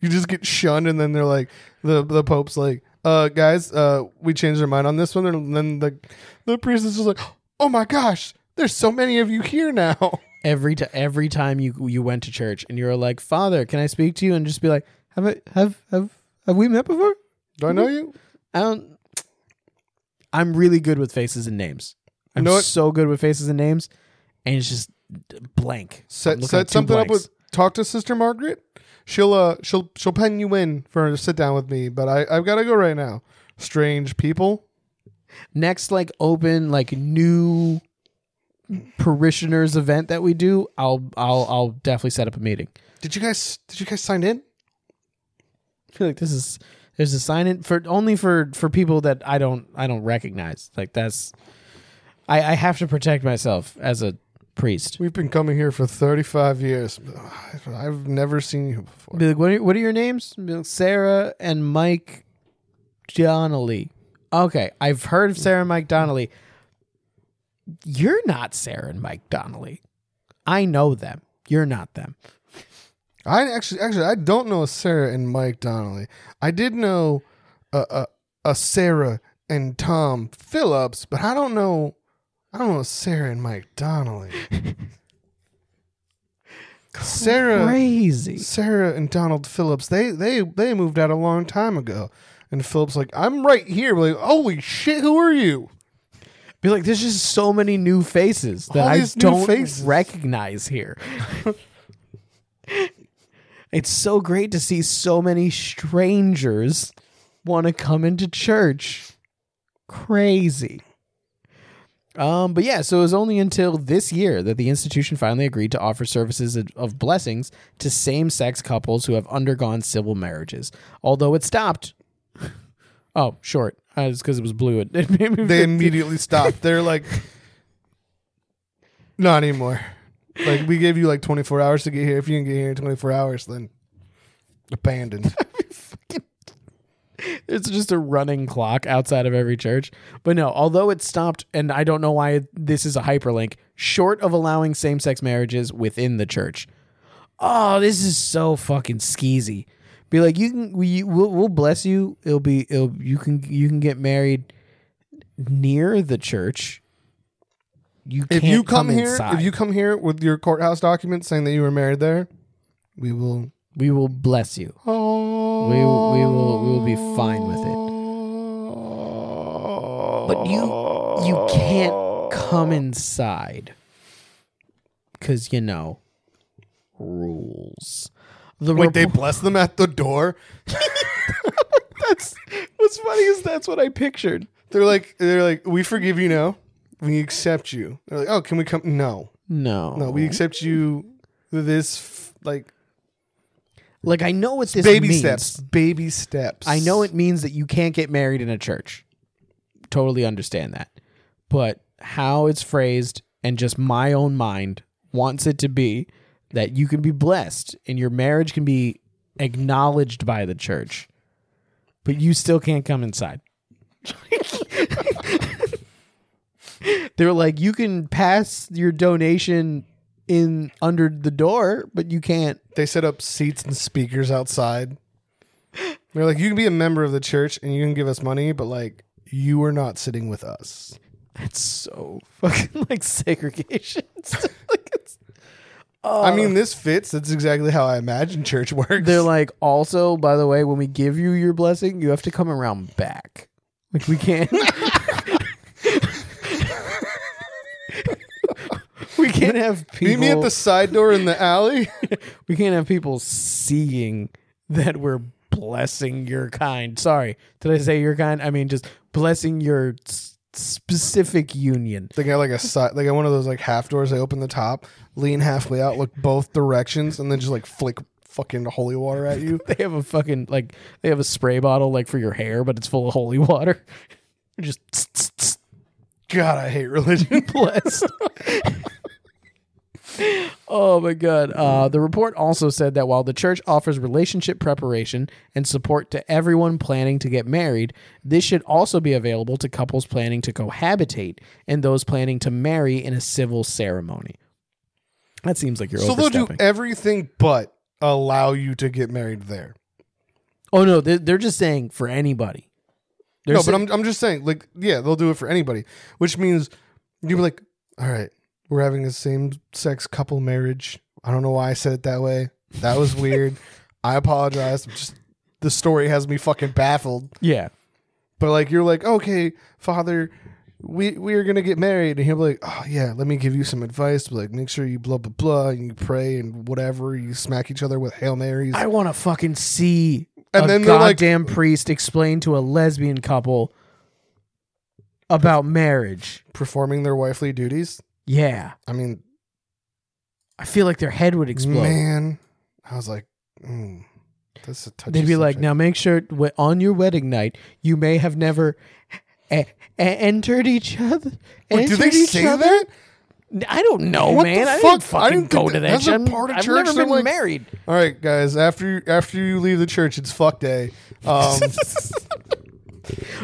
S3: you just get shunned, and then they're like, the the Pope's like, uh, guys, uh, we changed our mind on this one, and then the the priest is just like, oh my gosh, there's so many of you here now.
S2: every time every time you you went to church and you were like, "Father, can I speak to you?" and just be like, "Have I have have have we met before?"
S3: Do I know you?
S2: I don't. I'm really good with faces and names. I'm
S3: know what?
S2: so good with faces and names, and it's just blank. I'm
S3: Set
S2: looking at
S3: set
S2: two
S3: something up
S2: blanks.
S3: with. Talk to Sister Margaret. She'll uh she'll she'll pen you in for a sit down with me, but I I've got to go right now. Strange people.
S2: next like open like new parishioners event that we do. I'll I'll I'll definitely set up a meeting.
S3: Did you guys did you guys sign in?
S2: I feel like this is there's a sign in for only for for people that I don't I don't recognize. Like that's I I have to protect myself as a priest.
S3: We've been coming here for 35 years. I've never seen you before.
S2: Be like, what are, what are your names? Be like, Sarah and Mike Donnelly. Okay, I've heard of Sarah and Mike Donnelly. You're not Sarah and Mike Donnelly. I know them. You're not them.
S3: I actually, actually, I don't know a Sarah and Mike Donnelly. I did know a, a, a Sarah and Tom Phillips, but I don't know, I don't know a Sarah and Mike Donnelly. Sarah,
S2: Crazy.
S3: Sarah and Donald Phillips. They they they moved out a long time ago, and Phillips like, I'm right here. We're like, holy shit, who are you?
S2: Be like, there's just so many new faces that
S3: All
S2: I
S3: these new
S2: don't
S3: faces.
S2: recognize here. it's so great to see so many strangers want to come into church. Crazy. Um, but yeah, so it was only until this year that the institution finally agreed to offer services of- of blessings to same sex couples who have undergone civil marriages. Although it stopped. Oh, short. Uh, it's because it was blue. It, it made me
S3: they
S2: think-
S3: immediately stopped. They're like, not anymore. Like we gave you like 24 hours to get here. If you didn't get here in 24 hours, then abandoned.
S2: It's just a running clock outside of every church. But no, although it stopped, and I don't know why it, this is a hyperlink, short of allowing same sex marriages within the church. Oh, this is so fucking skeezy. Be like, you can, we, we'll, we'll bless you. It'll be, it'll, you can, you can get married near the church. You
S3: if
S2: can't
S3: you come, here,
S2: inside.
S3: if you come here with your courthouse document saying that you were married there, we will.
S2: we will bless you.
S3: Oh,
S2: We, will- we will, we will be fine with it. but you you can't come inside because you know rules the
S3: Wait, they
S2: report-
S3: bless them at the door.
S2: that's what's funny is that's what i pictured
S3: They're like, they're like, we forgive you now. We accept you. They're like, oh, can we come? No,
S2: no
S3: No, we accept you this f- like
S2: like i know what this
S3: baby
S2: means.
S3: steps, baby steps.
S2: i know it means that you can't get married in a church totally understand that but how it's phrased and just my own mind wants it to be that you can be blessed and your marriage can be acknowledged by the church but you still can't come inside they're like you can pass your donation in under the door but you can't
S3: They set up seats and speakers outside. They're like, you can be a member of the church and you can give us money, but like you are not sitting with us.
S2: That's so fucking like segregation. like it's,
S3: I mean, this fits. That's exactly how I imagine church works.
S2: they're like, also, by the way, when we give you your blessing, you have to come around back. Like we can't. we can't have people.
S3: meet me at the side door in the alley.
S2: we can't have people seeing that we're blessing your kind. Sorry, did I say your kind? I mean, just blessing your s- specific union.
S3: they got like a side, they got one of those like half doors. They open the top, lean halfway out, look both directions, and then just like flick fucking holy water at you.
S2: they have a fucking like they have a spray bottle like for your hair, but it's full of holy water. You're Just tss, tss, tss,
S3: God, I hate religion.
S2: blessed. oh my god! Uh, the report also said that while the church offers relationship preparation and support to everyone planning to get married, this should also be available to couples planning to cohabitate and those planning to marry in a civil ceremony. That seems like you're
S3: so they'll do
S2: overstepping.
S3: everything but allow you to get married there.
S2: oh no, they're, they're just saying for anybody. They're
S3: no,
S2: saying-
S3: but I'm I'm just saying, like, yeah, they'll do it for anybody, which means you'll be like, all right, we're having a same sex couple marriage. I don't know why I said it that way. That was weird. I apologize. I'm just the story has me fucking baffled.
S2: yeah.
S3: But like, you're like, okay, father. We we are gonna get married, and he'll be like, "Oh yeah, let me give you some advice. Like, make sure you blah blah blah, and you pray and whatever. You smack each other with hail marys.
S2: I want to fucking see
S3: And
S2: a
S3: then they're like-
S2: goddamn priest explain to a lesbian couple about marriage.
S3: performing their wifely duties.
S2: Yeah,
S3: I mean,
S2: I feel like their head would explode.
S3: Man, I was like, mm, that's a touchy.
S2: They'd be like,
S3: subject.
S2: "Now make sure w- on your wedding night you may have never e- e- entered each other."
S3: Wait, do they
S2: entered each
S3: say
S2: other.
S3: that?
S2: I don't know,
S3: What the
S2: man. I
S3: fuck?
S2: didn't
S3: I
S2: fucking
S3: didn't
S2: go
S3: think that-
S2: to that.
S3: that's a
S2: shit. I'm-
S3: part of
S2: I've
S3: church,
S2: never
S3: they're
S2: been
S3: like-
S2: married.
S3: All right, guys. After after you leave the church, it's fuck day. Um,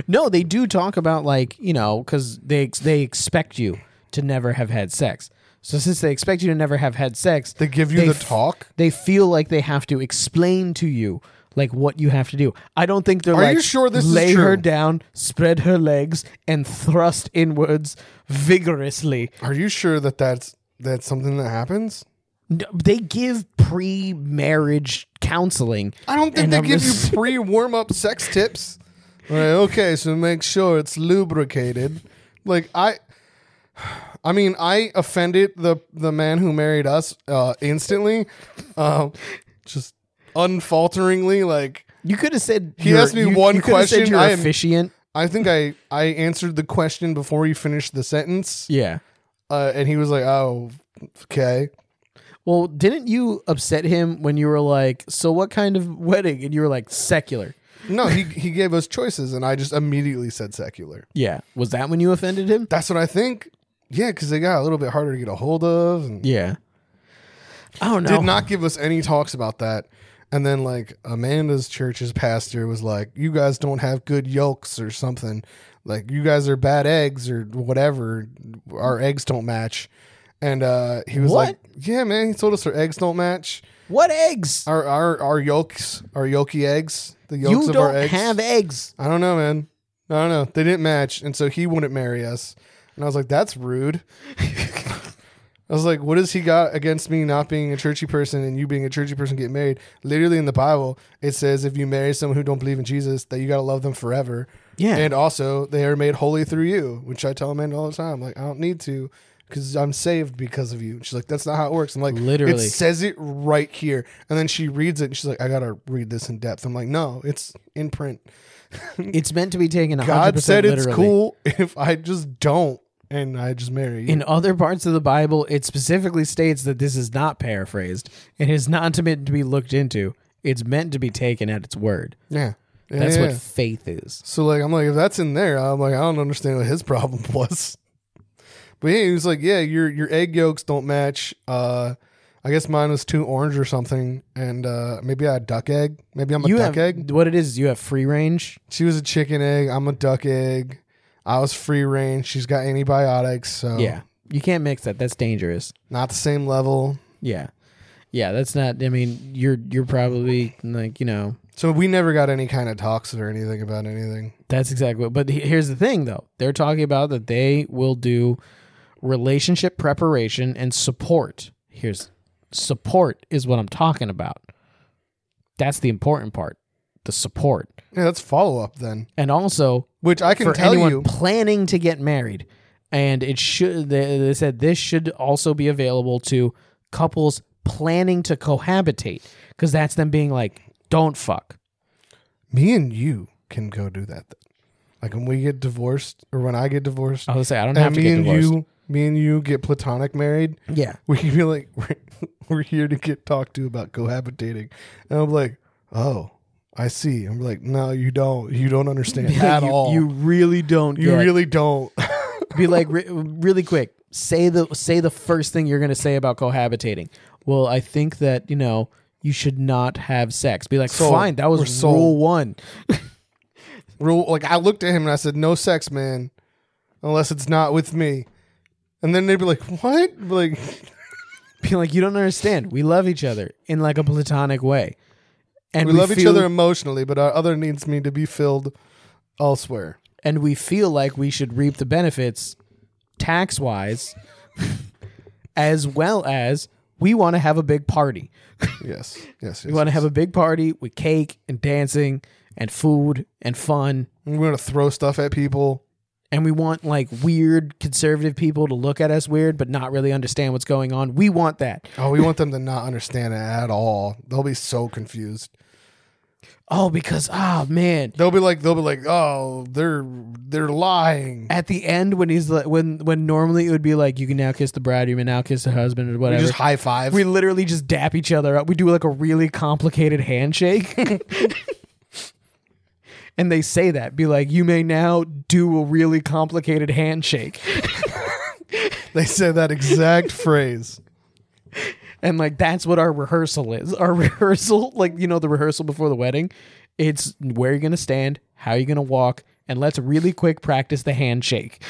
S2: No, they do talk about like you know because they ex- they expect you to never have had sex. So since they expect you to never have had sex,
S3: they give you
S2: They
S3: the
S2: f-
S3: talk.
S2: they feel like they have to explain to you like what you have to do. I don't think they're
S3: Are
S2: like
S3: you sure this is
S2: lay her
S3: true?"
S2: down, spread her legs, and thrust inwards vigorously.
S3: Are you sure that that's that's something that happens?
S2: No, They give pre-marriage counseling.
S3: I don't think
S2: And
S3: they
S2: I'm
S3: give
S2: just-
S3: you pre warm up sex tips. All right, okay, so make sure it's lubricated. Like I, I mean, I offended the the man who married us uh, instantly, uh, just unfalteringly. Like
S2: You could have said
S3: He
S2: you're-
S3: asked me
S2: you-
S3: one
S2: you could have Said
S3: question,
S2: you're
S3: I am-
S2: officiant.
S3: I think I I answered the question before he finished the sentence,
S2: Yeah.
S3: uh, and he was like, "Oh, okay."
S2: Well, didn't you upset him when you were like, "So what kind of wedding?" And you were like, "Secular."
S3: No, he he gave us choices, and I just immediately said secular.
S2: Yeah. Was that when you offended him?
S3: That's what I think. Yeah, because they got a little bit harder to get a hold of. And
S2: Yeah. I don't know.
S3: did not give us any talks about that. And then like Amanda's church's pastor was like, "You guys don't have good yolks or something. Like you guys are bad eggs or whatever. Our eggs don't match." And uh, he was
S2: What?
S3: like, "Yeah, man." He told us our eggs don't match.
S2: What eggs?
S3: Our our our yolks, our yolky eggs, the yolks
S2: You
S3: of our
S2: don't
S3: eggs.
S2: have eggs.
S3: I don't know, man. I don't know. They didn't match, and so he wouldn't marry us. And I was like, "That's rude." I was like, "What has he got against me not being a churchy person and you being a churchy person getting married?" Literally in the Bible, it says if you marry someone who don't believe in Jesus, that you gotta love them forever.
S2: Yeah.
S3: and also they are made holy through you, which I tell Amanda all the time. Like, I don't need to. Because I'm saved because of you. And She's like, that's not how it works. I'm like,
S2: Literally.
S3: it says it right here. And then she reads it and she's like, I gotta read this in depth. I'm like, no, it's in print.
S2: It's meant to be taken 100%
S3: God said it's
S2: literally.
S3: cool if I just don't and I just marry you.
S2: In other parts of the Bible, it specifically states that this is not paraphrased. It is not meant to be looked into. It's meant to be taken at its word.
S3: yeah. Yeah,
S2: That's
S3: yeah.
S2: what faith is.
S3: So like I'm like if that's in there, I'm like I don't understand what his problem was. But yeah, he was like, yeah, your your egg yolks don't match. Uh, I guess mine was too orange or something, and uh, maybe I had duck egg. Maybe I'm a
S2: you
S3: duck
S2: have
S3: egg.
S2: what it is. is You have free range.
S3: She was a chicken egg. I'm a duck egg. I was free range. She's got antibiotics, so
S2: Yeah, you can't mix that. That's dangerous.
S3: not the same level.
S2: Yeah, yeah. That's not. I mean, you're you're probably like you know.
S3: So we never got any kind of talks or anything about anything.
S2: That's exactly. What, but he- here's the thing, though. They're talking about that they will do relationship preparation and support. Here's support is what I'm talking about. That's the important part, the support,
S3: Yeah, that's follow up then.
S2: and also
S3: Which I can
S2: for
S3: tell
S2: anyone
S3: you.
S2: planning to get married. And it should. They, they said this should also be available to couples planning to cohabitate, because that's them being like, "Don't fuck."
S3: me and you can go do that. Then. Like when we get divorced or when I get divorced,
S2: I was say I don't
S3: and
S2: Oh, have to
S3: me
S2: get
S3: and
S2: divorced.
S3: you, me and you get platonic married.
S2: yeah,
S3: We can be like, we're, we're here to get talked to about cohabitating, and I'm like, oh, I see. I'm like, no, you don't. You don't understand at
S2: you,
S3: all.
S2: You
S3: You,
S2: really don't. get-
S3: really don't.
S2: be like re- really quick. Say the say the first thing you're going to say about cohabitating. Well, I think that you know you should not have sex. Be like,
S3: Sold.
S2: fine, that
S3: We're
S2: was
S3: sold.
S2: rule one.
S3: Real- like I looked at him and I said, no sex, man, unless it's not with me. And then they'd be like, what? Like,
S2: being like, you don't understand. We love each other in like a platonic way, and
S3: We, love each
S2: feel-
S3: other emotionally, but our other needs need to be filled elsewhere.
S2: and we feel like we should reap the benefits tax wise, as well as we want to have a big party.
S3: Yes. Yes. yes
S2: We want to have a big party with cake and dancing and food and fun.
S3: we want to throw stuff at people.
S2: And we want like weird conservative people to look at us weird but not really understand what's going on. We want that.
S3: Oh, we want them to not understand it at all. They'll be so confused.
S2: Oh, because oh man.
S3: They'll be like, they'll be like, oh, they're they're lying.
S2: At the end when he's like when when normally it would be like you can now kiss the bride, you can now kiss the husband or
S3: We
S2: whatever.
S3: just high five.
S2: we literally just dap each other up. We do like a really complicated handshake. and they say that, be like, you may now do a really complicated handshake.
S3: they say that exact phrase.
S2: And like that's what our rehearsal is. Our rehearsal, like you know, the rehearsal before the wedding, it's where you're gonna stand, how you're gonna walk, and let's really quick practice the handshake.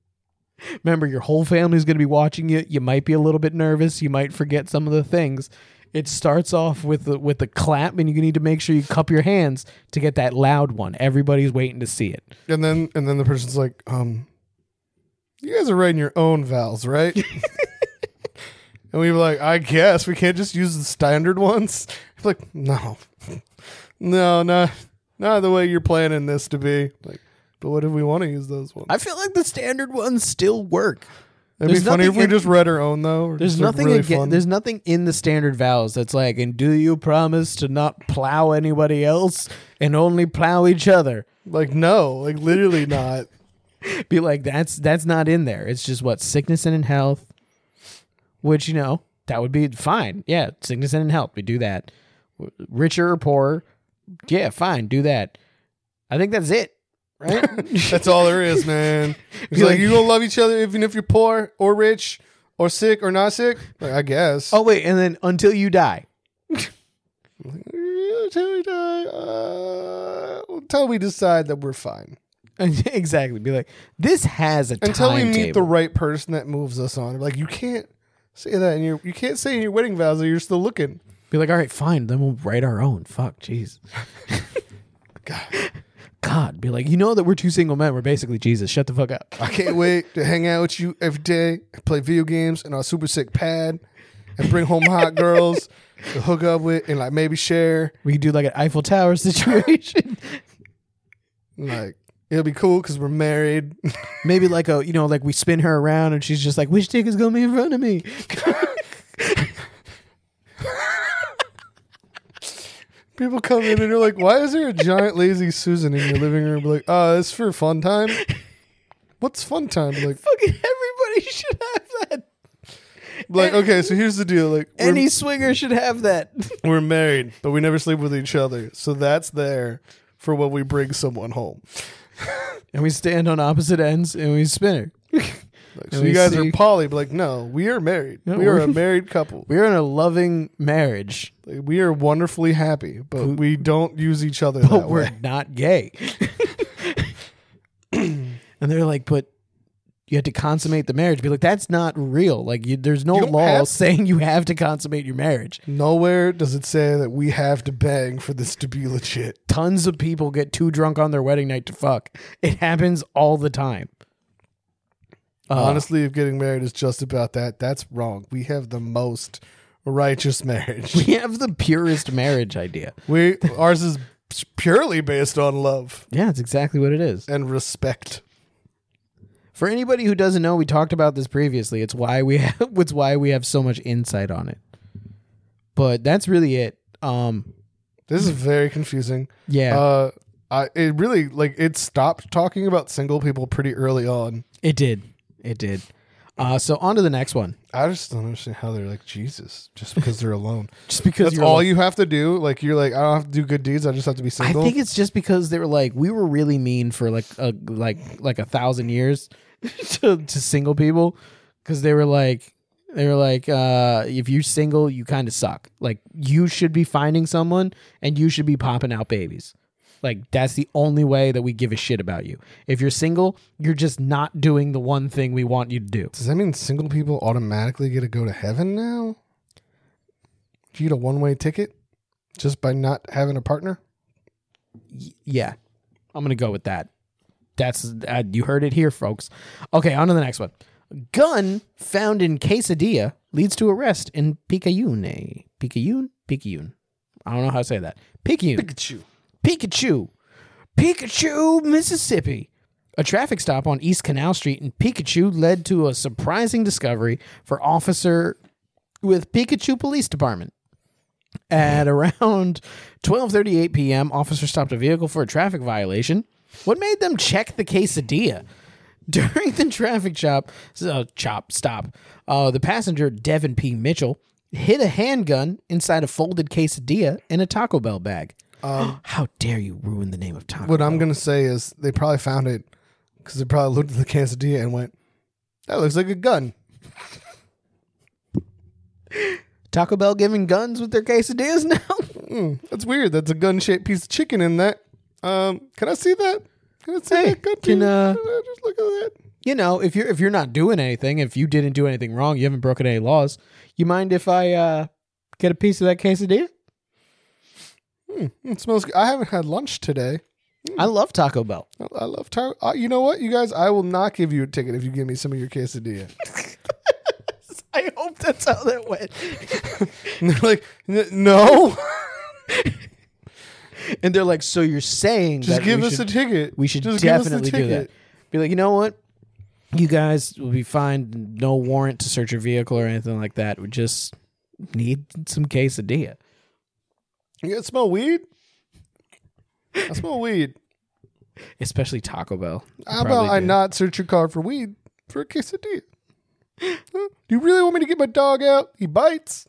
S2: Remember, your whole family's gonna be watching you. You might be a little bit nervous. You might forget some of the things. It starts off with the, with the clap, and you need to make sure you cup your hands to get that loud one. Everybody's waiting to see it.
S3: And then and then the person's like, um, you guys are writing your own vows, right? and we were like, I guess we can't just use the standard ones. It's like, no, no, not not the way you're planning this to be. Like, but what if we want to use those ones?
S2: I feel like the standard ones still work.
S3: It'd be
S2: there's
S3: funny if
S2: nothing
S3: we
S2: in-
S3: just read our own though.
S2: There's nothing
S3: really
S2: again.
S3: fun.
S2: There's nothing in the standard vows that's like, and do you promise to not plow anybody else and only plow each other?
S3: like no, like literally not.
S2: Be like, that's that's not in there. It's just what sickness and in health, which you know that would be fine. Yeah, sickness and in health, we do that. W- Richer or poorer, yeah, fine, do that. I think that's it, right?
S3: That's all there is, man. It's
S2: Be
S3: like,
S2: like-
S3: you gonna love each other even if you're poor or rich or sick or not sick. Like, I guess.
S2: oh wait, and then until you die,
S3: Until we die, uh, until we decide that we're fine.
S2: exactly. Be like, this has a
S3: Until we meet the
S2: timetable.
S3: right person that moves us on. Like you can't say that in your you can't say in your wedding vows that you're still looking.
S2: Be like, all right, fine. Then we'll write our own. Fuck, jeez. God, be like, you know that we're two single men. We're basically Jesus. Shut the fuck up.
S3: I can't wait to hang out with you every day, play video games and our super sick pad, and bring home hot girls to hook up with and like maybe share.
S2: We could do like an Eiffel Tower situation.
S3: Like it'll be cool because we're married.
S2: Maybe like a, you know, like we spin her around and she's just like, which dick is gonna be in front of me?
S3: People come in and they're like, "Why is there a giant lazy Susan in your living room?" Like, uh, it's for fun time. What's fun time? Like,
S2: Fucking everybody should have that.
S3: like okay, so here's the deal. Like, we're,
S2: Any swinger should have that.
S3: we're married, but we never sleep with each other, so that's there for when we bring someone home.
S2: And we stand on opposite ends and we spin her.
S3: Like,
S2: And
S3: so
S2: we
S3: you guys
S2: see-
S3: are poly, but like, no, we are married.
S2: No,
S3: we are a
S2: we're-
S3: married couple.
S2: We're in a loving marriage,
S3: Like, we are wonderfully happy, but we don't use each other
S2: but
S3: that
S2: we're
S3: way.
S2: not gay. and they're like, but you had to consummate the marriage. Be like, that's not real. Like, you, there's no
S3: You don't
S2: law
S3: have-
S2: saying you have to consummate your marriage.
S3: Nowhere does it say that we have to bang for this to be legit.
S2: Tons of people get too drunk on their wedding night to fuck. It happens all the time. Uh,
S3: Honestly, if getting married is just about that, that's wrong. We have the most righteous marriage.
S2: we have the purest marriage idea.
S3: we ours is purely based on love
S2: Yeah, it's exactly what it is.
S3: and respect.
S2: For anybody who doesn't know, we talked about this previously. It's why we have it's why we have so much insight on it. But that's really it. Um
S3: This is very confusing.
S2: yeah,
S3: Uh, I it really like it stopped talking about single people pretty early on.
S2: it did. It did. Uh so on to the next one.
S3: I just don't understand how they're like Jesus just because they're alone.
S2: Just because
S3: That's
S2: you're
S3: all
S2: like-
S3: you have to do. Like you're like I don't have to do good deeds. I just have to be
S2: I
S3: single.
S2: think it's just because they were like we were really mean for like a like like a thousand years to to single people cuz they were like they were like uh if you're single you kind of suck. Like you should be finding someone and you should be popping out babies. Like that's the only way that we give a shit about you. If you're single, you're just not doing the one thing we want you to do.
S3: Does that mean single people automatically get to go to heaven now? Do you get a one way ticket just by not having a partner?
S2: Yeah. I'm going to go with that. That's uh, you heard it here folks. Okay, on to the next one. Gun found in quesadilla leads to arrest in Picayune. Picayune, Picayune. I don't know how to say that. Picayune.
S3: Pikachu.
S2: Pikachu, Pikachu, Mississippi. A traffic stop on East Canal Street in Pikachu led to a surprising discovery for officer with Pikachu Police Department. At around 12:38 p.m., officer stopped a vehicle for a traffic violation. What made them check the quesadilla? During the traffic chop, uh, chop stop, uh, the passenger Devin P. Mitchell hid a handgun inside a folded quesadilla in a Taco Bell bag. How dare you ruin the name of Taco?
S3: What I'm going to say is they probably found it because they probably looked at the quesadilla and went, that looks like a gun.
S2: Taco Bell giving guns with their quesadillas now?
S3: That's weird. That's a gun shaped piece of chicken in that. Um, can I see that? Can I see that gun?
S2: can,
S3: piece?
S2: uh,
S3: just look at that.
S2: you know, if you're if you're not doing anything, if you didn't do anything wrong, you haven't broken any laws. You mind if I uh, get a piece of that quesadilla?
S3: It smells. Good. I haven't had lunch today.
S2: I love Taco Bell.
S3: I- I love tar- uh, You know what, you guys? I will not give you a ticket if you give me some of your quesadilla.
S2: I hope that's how that went.
S3: And they're like, "N- no,
S2: and they're like, so you're saying
S3: just
S2: that
S3: give
S2: we
S3: us
S2: should,
S3: a ticket.
S2: we should
S3: Just give us the
S2: definitely do that.
S3: ticket."
S2: Be like, you know what? You guys will be fine. No warrant to search your vehicle or anything like that. We just need some quesadilla.
S3: You guys smell weed? I smell weed.
S2: especially Taco Bell.
S3: How about I not search your car for weed for a quesadilla? Huh? Do you really want me to get my dog out? He bites.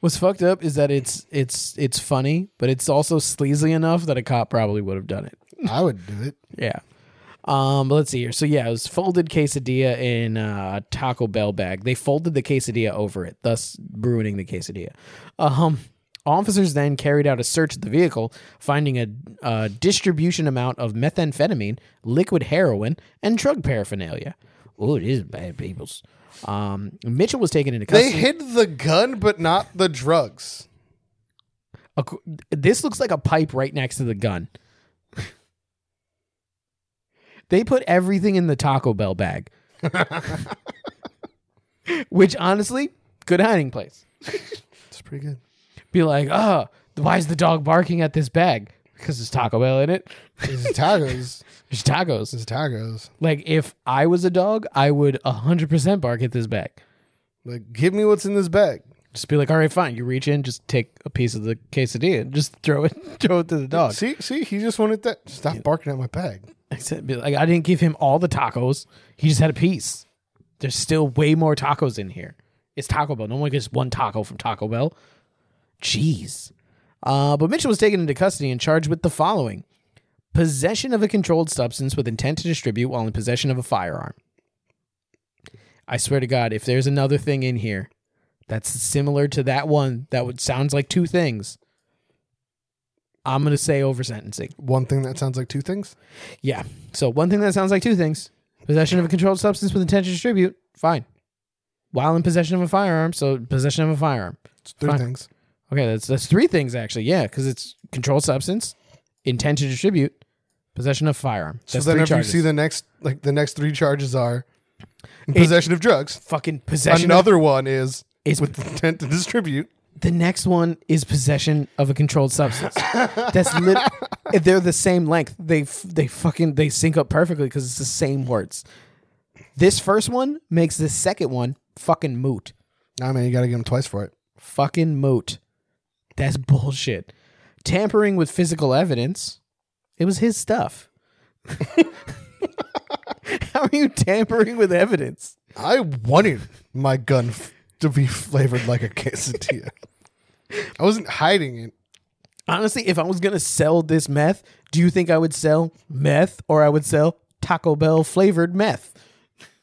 S2: What's fucked up is that it's it's it's funny, but it's also sleazy enough that a cop probably would have done it.
S3: I would do it.
S2: Yeah. Um, but let's see here. So yeah, it was folded quesadilla in a Taco Bell bag. They folded the quesadilla over it, thus ruining the quesadilla. Um, officers then carried out a search of the vehicle, finding a, a distribution amount of methamphetamine, liquid heroin, and drug paraphernalia. Oh, it is bad people's. Um, Mitchell was taken into
S3: They
S2: custody.
S3: hid the gun, but not the drugs.
S2: A qu- this looks like a pipe right next to the gun. they put everything in the Taco Bell bag, which honestly, good hiding place.
S3: It's pretty good.
S2: Be like, oh, why is the dog barking at this bag? Because there's Taco Bell in it.
S3: It's tacos.
S2: There's tacos.
S3: It's tacos.
S2: Like, if I was a dog, I would 100% bark at this bag.
S3: Like, give me what's in this bag.
S2: Just be like, all right, fine. You reach in, just take a piece of the quesadilla, and just throw it, throw it to the dog.
S3: See, see, he just wanted that. Stop barking at my bag.
S2: I said, be like, I didn't give him all the tacos. He just had a piece. There's still way more tacos in here. It's Taco Bell. No one gets one taco from Taco Bell. Jeez. Uh, but Mitchell was taken into custody and charged with the following possession of a controlled substance with intent to distribute while in possession of a firearm. I swear to God, if there's another thing in here that's similar to that one that would sounds like two things, I'm gonna say over sentencing.
S3: One thing that sounds like two things.
S2: Yeah. So one thing that sounds like two things: possession of a controlled substance with intent to distribute, fine. While in possession of a firearm, so possession of a firearm.
S3: It's three
S2: Fine.
S3: things.
S2: Okay, that's that's three things actually. Yeah, because it's controlled substance, intent to distribute, possession of firearm.
S3: So
S2: That's
S3: then,
S2: three
S3: if you
S2: charges.
S3: see the next, like the next three charges are in possession of drugs.
S2: fucking possession. of-
S3: Another one is,
S2: Is-
S3: with intent to distribute.
S2: the next one is possession of a controlled substance. that's lit- they're the same length. They f- they fucking they sync up perfectly because it's the same words. This first one makes the second one fucking moot.
S3: Nah, man, you got to give him twice for it.
S2: fucking moot. That's bullshit. Tampering with physical evidence. It was his stuff. How are you tampering with evidence?
S3: I wanted my gun f- to be flavored like a quesadilla. I wasn't hiding it.
S2: Honestly, if I was going to sell this meth, do you think I would sell meth or I would sell Taco Bell flavored meth?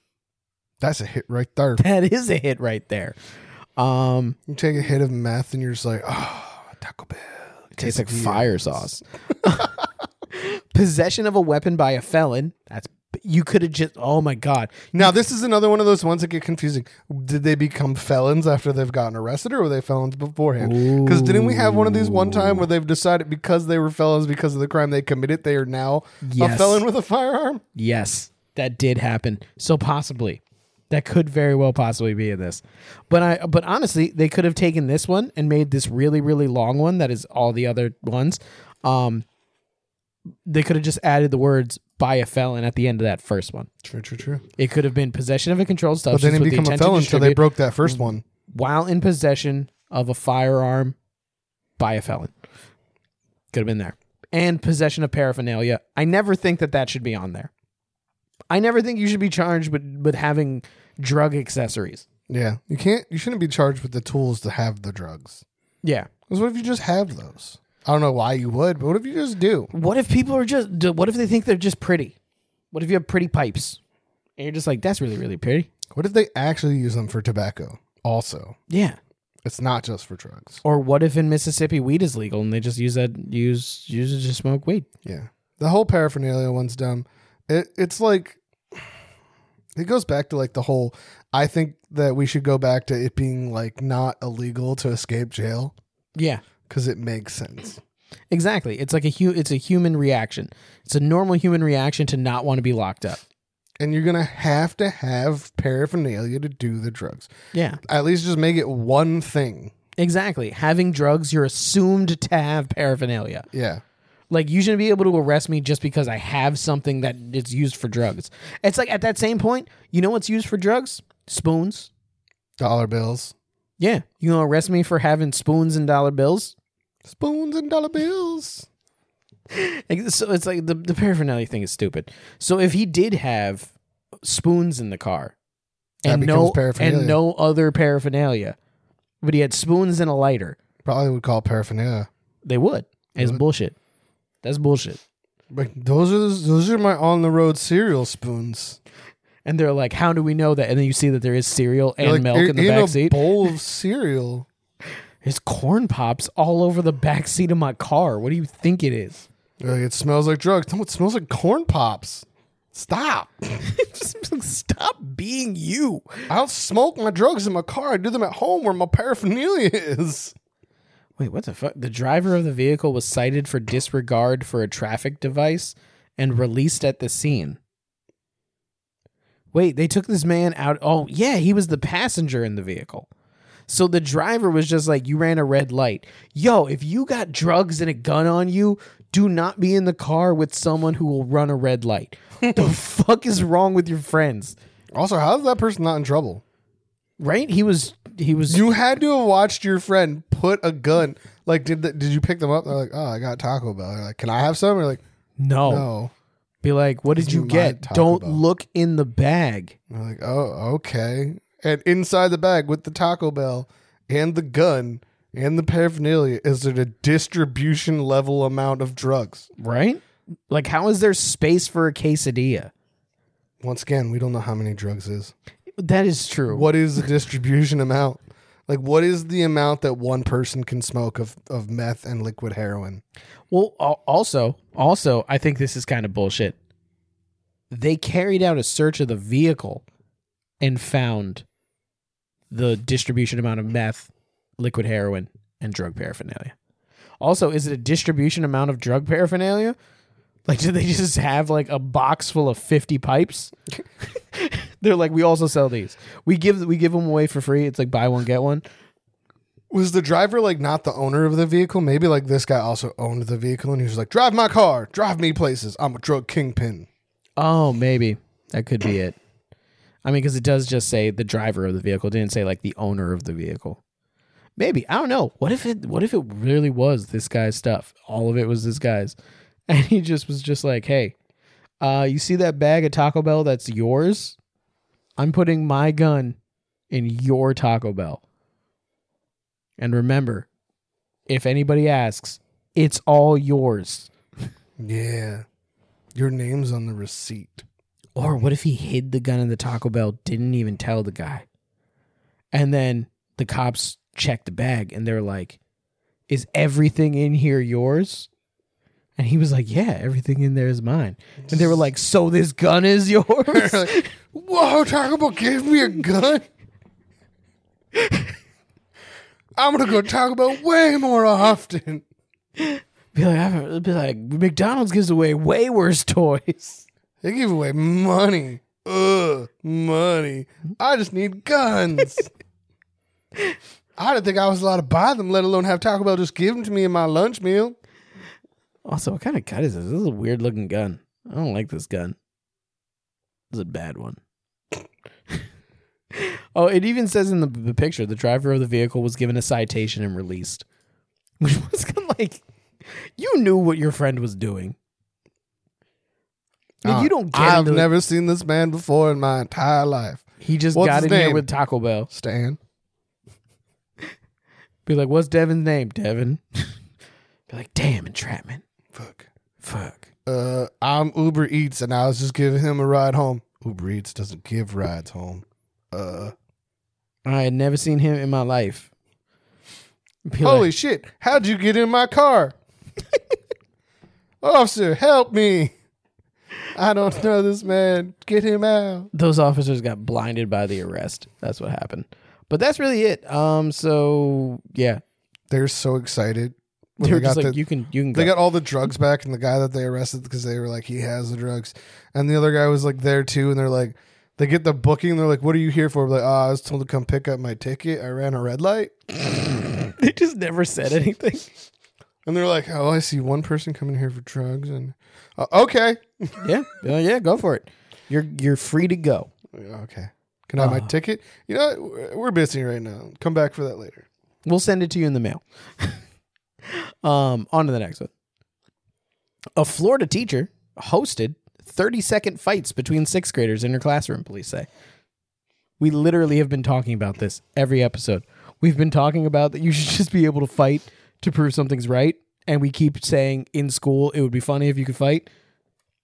S3: That's a hit right there.
S2: That is a hit right there. Um
S3: You take a hit of meth and you're just like, oh, Taco Bell.
S2: tastes like fire sauce. Possession of a weapon by a felon. That's you could have just. Oh my god.
S3: Now this is another one of those ones that get confusing. Did they become felons after they've gotten arrested, or were they felons beforehand? Because didn't we have one of these one time where they've decided because they were felons because of the crime they committed, they are now a
S2: Yes.
S3: felon with a firearm?
S2: Yes, that did happen. So possibly, that could very well possibly be in this. But I, but honestly, they could have taken this one and made this really, really long one. That is all the other ones. Um, they could have just added the words "by a felon" at the end of that first one.
S3: True, true, true.
S2: It could have been possession of a controlled
S3: But
S2: substance
S3: they didn't
S2: with
S3: become
S2: the
S3: a
S2: intent to
S3: felon until they
S2: distribute Mm.
S3: broke that first one.
S2: while in possession of a firearm by a felon. Could have been there. And possession of paraphernalia. I never think that that should be on there. I never think you should be charged with, with having drug accessories.
S3: Yeah, you can't. You shouldn't be charged with the tools to have the drugs.
S2: Yeah.
S3: 'Cause what if you just have those? I don't know why you would, but what if you just do?
S2: What if people are just, d- what if they think they're just pretty? What if you have pretty pipes? And you're just like, that's really, really pretty.
S3: What if they actually use them for tobacco? Also,
S2: Yeah.
S3: it's not just for drugs.
S2: Or what if in Mississippi weed is legal and they just use that, use, use it to smoke weed?
S3: Yeah, the whole paraphernalia one's dumb. It it's like it goes back to like the whole. I think that we should go back to it being like not illegal to escape jail
S2: Yeah.
S3: because it makes sense.
S2: Exactly. It's like a hu- it's a human reaction. It's a normal human reaction to not want to be locked up.
S3: And you're gonna have to have paraphernalia to do the drugs.
S2: Yeah.
S3: At least just make it one thing.
S2: Exactly. Having drugs, you're assumed to have paraphernalia.
S3: Yeah.
S2: Like you shouldn't be able to arrest me just because I have something that is used for drugs. It's like at that same point, you know what's used for drugs? Spoons.
S3: Dollar bills.
S2: Yeah. You gonna arrest me for having spoons and dollar bills?
S3: Spoons and dollar bills.
S2: Like, so it's like the, the paraphernalia thing is stupid. So if he did have spoons in the car
S3: That
S2: and
S3: becomes
S2: no
S3: paraphernalia.
S2: and no other paraphernalia, but he had spoons and a lighter,
S3: Probably would call it paraphernalia.
S2: they would. It's
S3: Would.
S2: bullshit. That's bullshit.
S3: Like those are those, those are my on the road cereal spoons.
S2: And they're like, "How do we know that?" And then you see that there is cereal and
S3: They're like
S2: milk in
S3: in
S2: the back
S3: a
S2: seat.
S3: bowl of cereal.
S2: There's corn pops all over the back seat of my car. What do you think it is?
S3: They're like, it smells like drugs. No, it smells like corn pops. Stop.
S2: Stop being you.
S3: I don't smoke my drugs in my car. I do them at home where my paraphernalia is.
S2: Wait, what the fuck? The driver of the vehicle was cited for disregard for a traffic device and released at the scene. Wait, they took this man out. Oh, yeah, he was the passenger in the vehicle. So the driver was just like, You ran a red light. Yo, if you got drugs and a gun on you, do not be in the car with someone who will run a red light. the fuck is wrong with your friends?
S3: Also, how is that person not in trouble?
S2: Right? He was, he was,
S3: You had to have watched your friend put a gun. Like, did the, did you pick them up? They're like, oh, I got Taco Bell. They're like, can I have some? They're like, no.
S2: Be like, what did
S3: These are
S2: you
S3: my
S2: get?
S3: Taco
S2: Don't
S3: Bell."
S2: look in the bag.
S3: They're like, oh, okay. And inside the bag with the Taco Bell and the gun and the paraphernalia is at a distribution level amount of drugs.
S2: Right? Like, how is there space for a quesadilla?
S3: Once again, we don't know how many drugs is.
S2: That is true.
S3: What is the distribution amount? Like, what is the amount that one person can smoke of, of meth and liquid heroin?
S2: Well, al- also, also, I think this is kind of bullshit. They carried out a search of the vehicle and found the distribution amount of meth, liquid heroin, and drug paraphernalia. Also, is it a distribution amount of drug paraphernalia? Like, did they just have like a box full of fifty pipes? They're like, we also sell these. We give we give them away for free. It's like buy one get one.
S3: Was the driver like not the owner of the vehicle? Maybe like this guy also owned the vehicle and he was like, drive my car, drive me places. I'm a drug kingpin.
S2: Oh, maybe that could be it. I mean, because it does just say the driver of the vehicle, it didn't say like the owner of the vehicle. Maybe I don't know. What if it? What if it really was this guy's stuff? All of it was this guy's, and he just was just like, "Hey, uh, you see that bag of Taco Bell that's yours? I'm putting my gun in your Taco Bell. And remember, if anybody asks, it's all yours."
S3: Yeah. Your name's on the receipt.
S2: Or what if he hid the gun in the Taco Bell, didn't even tell the guy? And then the cops checked the bag and they're like, Is everything in here yours? And he was like, "Yeah, everything in there is mine." And they were like, "So this gun is yours?"
S3: like, Whoa, Taco Bell gave me a gun. I'm gonna go Taco Bell way more often.
S2: be like, I've- be like, McDonald's gives away way worse toys.
S3: They give away money. Ugh, money. I just need guns. I didn't think I was allowed to buy them, let alone have Taco Bell just give them to me in my lunch meal.
S2: Also, what kind of gun is this? This is a weird looking gun. I don't like this gun. This is a bad one. oh, it even says in the, the picture the driver of the vehicle was given a citation and released, which was kind of like you knew what your friend was doing. I mean,
S3: Uh,
S2: you don't get
S3: I've
S2: into it.
S3: never seen this man before in my entire life.
S2: He just
S3: What's
S2: got
S3: his
S2: in here
S3: name?
S2: with Taco Bell.
S3: Stan.
S2: Be like, "What's Devin's name?" Devin. Be like, "Damn entrapment."
S3: Fuck.
S2: Fuck.
S3: Uh, I'm Uber Eats, and I was just giving him a ride home. Uber Eats doesn't give rides home. Uh,
S2: I had never seen him in my life. Be like,
S3: holy shit! How'd you get in my car? Officer, help me! I don't know this man. Get him out.
S2: those officers got blinded by the arrest. That's what happened. But that's really it. Um. So yeah,
S3: They're so excited. when
S2: they were
S3: they got
S2: just like,
S3: the-
S2: you can, you can
S3: They
S2: go.
S3: got all the drugs back, and the guy that they arrested because they were like, he has the drugs, and the other guy was like there too, and they're like, they get the booking, and they're like, what are you here for? We're like, ah, I was told to come pick up my ticket. I ran a red light,
S2: they just never said anything.
S3: and they're like, oh, I see one person coming here for drugs, and uh, okay,
S2: yeah. Uh, yeah. Go for it. You're you're free to go.
S3: okay, can I have my
S2: Ah.
S3: ticket? You know, what? we're busy right now. Come back for that later.
S2: We'll send it to you in the mail. um. On to the next one. A Florida teacher hosted 30 second fights between sixth graders in her classroom. Police say. We literally have been talking about this every episode. We've been talking about that you should just be able to fight to prove something's right. And we keep saying in school it would be funny if you could fight.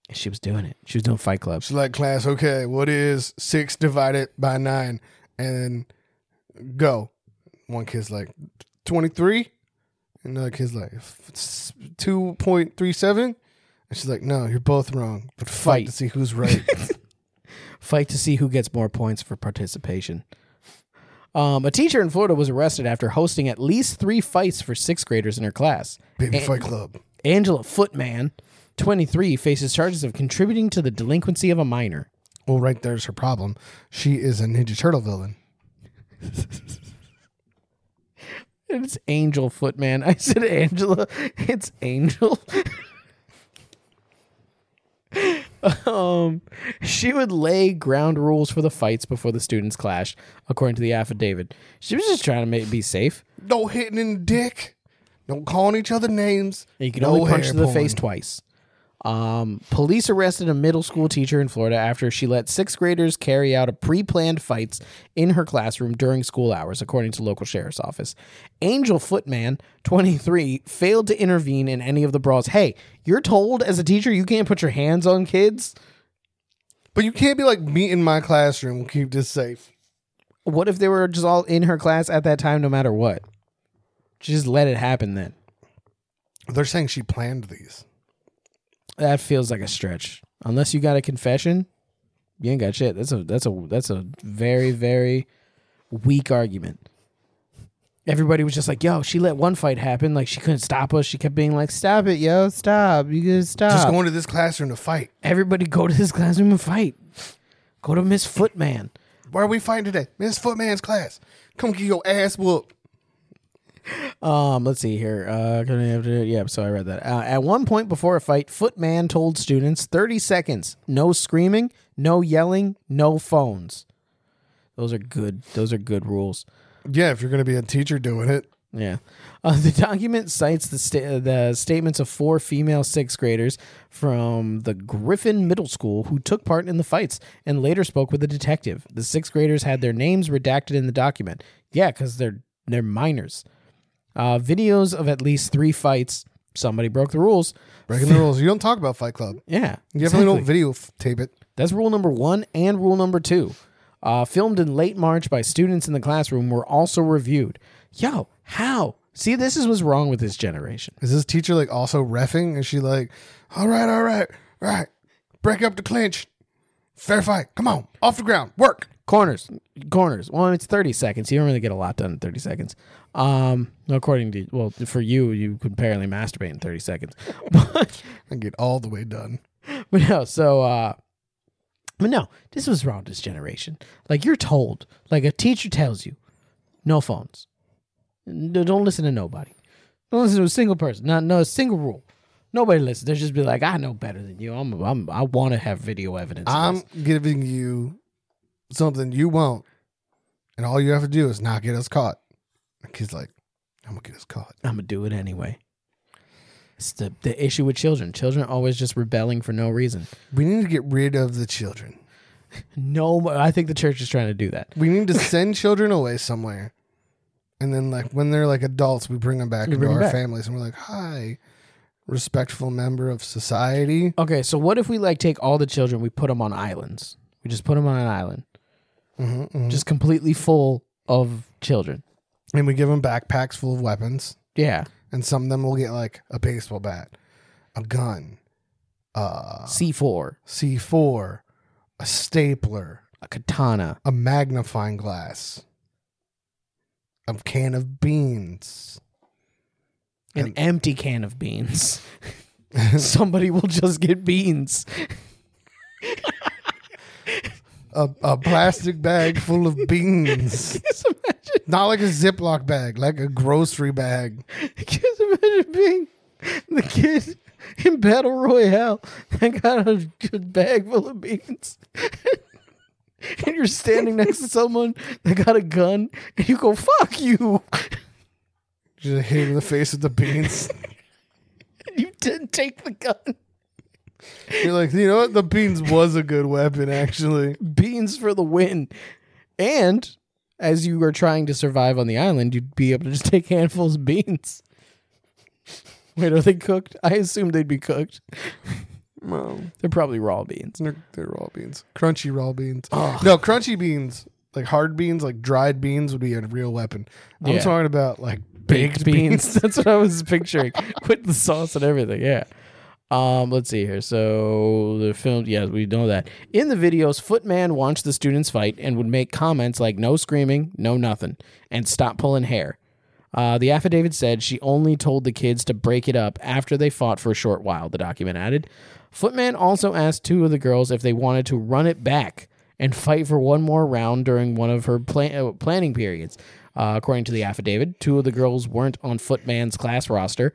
S2: And she was doing it. She was doing fight clubs.
S3: She's like, class, okay, what is six divided by nine? And go. One kid's like, 23. Another kid's like, "F- s- 2.37. And she's like, no, you're both wrong, but fight,
S2: Fight.
S3: to see who's right.
S2: Fight to see who gets more points for participation. Um, a teacher in Florida was arrested after hosting at least three fights for sixth graders in her class.
S3: Baby Fight Club.
S2: Angela Footman, 23, faces charges of contributing to the delinquency of a minor.
S3: Well, right there's her problem. She is a Ninja Turtle villain.
S2: It's Angel Footman. I said Angela. It's Angel. um, she would lay ground rules for the fights before the students clashed, according to the affidavit. She was just trying to make, be safe.
S3: No hitting in the dick. No calling each other names.
S2: And you can
S3: No
S2: only punch
S3: hair
S2: in the face
S3: pulling.
S2: twice. Um, police arrested a middle school teacher in Florida after she let sixth graders carry out a pre-planned fights in her classroom during school hours, according to local sheriff's office. Angel Footman, 23, failed to intervene in any of the brawls. Hey, you're told as a teacher you can't put your hands on kids.
S3: But you can't be like, meet in my classroom. We'll keep this safe.
S2: What if they were just all in her class at that time, no matter what? Just let it happen then.
S3: They're saying she planned these.
S2: That feels like a stretch. Unless you got a confession, you ain't got shit. That's a that's a that's a very very weak argument. Everybody was just like, "Yo, she let one fight happen. Like she couldn't stop us. She kept being like, "Stop it, yo, stop. You gotta stop."
S3: Just going to this classroom to fight.
S2: Everybody go to this classroom and fight. Go to Miss Footman.
S3: Where are we fighting today? Miss Footman's class. Come get your ass whooped.
S2: Um, let's see here. Uh, gonna have to- yeah, so I read that. Uh, at one point before a fight, Footman told students 30 seconds, no screaming, no yelling, no phones. Those are good. Those are good rules.
S3: Yeah, if you're going to be a teacher doing it.
S2: Yeah. Uh, the document cites the sta- the statements of four female sixth graders from the Griffin Middle School who took part in the fights and later spoke with a detective. The sixth graders had their names redacted in the document. Yeah, because they're they're minors. Uh, videos of at least three fights. Somebody broke the rules.
S3: Breaking the rules. You don't talk about Fight Club.
S2: Yeah,
S3: You definitely don't video f- tape it.
S2: that's rule number one and rule number two. Uh, filmed in late March by students in the classroom were also reviewed. Yo, how See, this is what's wrong with this generation.
S3: Is this teacher like also refing? Is she like, all right, all right, all right, break up the clinch, fair fight, come on, off the ground, work.
S2: Corners, corners. Well, it's thirty seconds. You don't really get a lot done in thirty seconds. Um, according to well, for you, you could apparently masturbate in thirty seconds. But
S3: And get all the way done.
S2: But no, so uh but no, this was wrong with this generation. Like you're told, like a teacher tells you, no phones. N- Don't listen to nobody. Don't listen to a single person. Not no a single rule. Nobody listens. They'll just be like, I know better than you. I'm, I'm I want to have video evidence. of
S3: I'm
S2: this."
S3: giving you something you won't, and all you have to do is not get us caught. The kid's like, I'm gonna get us caught.
S2: I'm gonna do it anyway. It's the the issue with children. Children are always just rebelling for no reason.
S3: We need to get rid of the children.
S2: No, I think the church is trying to do that.
S3: We need to send children away somewhere. And then, like, when they're like adults, we bring them back
S2: We
S3: into
S2: bring 'em
S3: our
S2: back.
S3: families and we're like, hi, respectful member of society.
S2: Okay, so what if we like take all the children, we put them on islands. We just put them on an island.
S3: Mhm, mhm.
S2: just completely full of children.
S3: And we give them backpacks full of weapons.
S2: Yeah,
S3: And some of them will get like a baseball bat, a gun, uh,
S2: C four,
S3: C4, a stapler,
S2: a katana,
S3: a magnifying glass, a can of beans.
S2: an empty can of beans. Somebody will just get beans.
S3: a, a plastic bag full of beans.
S2: Just imagine,
S3: Not like a Ziploc bag, like a grocery bag.
S2: just imagine being the kid in battle royale that got a good bag full of beans. And you're standing next to someone that got a gun, and you go, "Fuck you!"
S3: Just hit him in the face with the beans.
S2: And you didn't take the gun.
S3: You're like, you know what? The beans was a good weapon, actually.
S2: beans for the win. And as you were trying to survive on the island, you'd be able to just take handfuls of beans. Wait, are they cooked? I assumed they'd be cooked.
S3: Well,
S2: They're probably raw beans.
S3: they're, they're raw beans, crunchy raw beans. No, crunchy beans, like hard beans, like dried beans, would be a real weapon. I'm
S2: Yeah.
S3: talking about like baked, beans.
S2: That's what I was picturing with the sauce and everything. Yeah. Um, let's see here. So the film, yes, we know that. In the videos, Footman watched the students fight and would make comments like "no screaming, no nothing," and "stop pulling hair." Uh, the affidavit said she only told the kids to break it up after they fought for a short while. The document added, Footman also asked two of the girls if they wanted to run it back and fight for one more round during one of her plan- uh, planning periods. Uh, according to the affidavit, two of the girls weren't on Footman's class roster.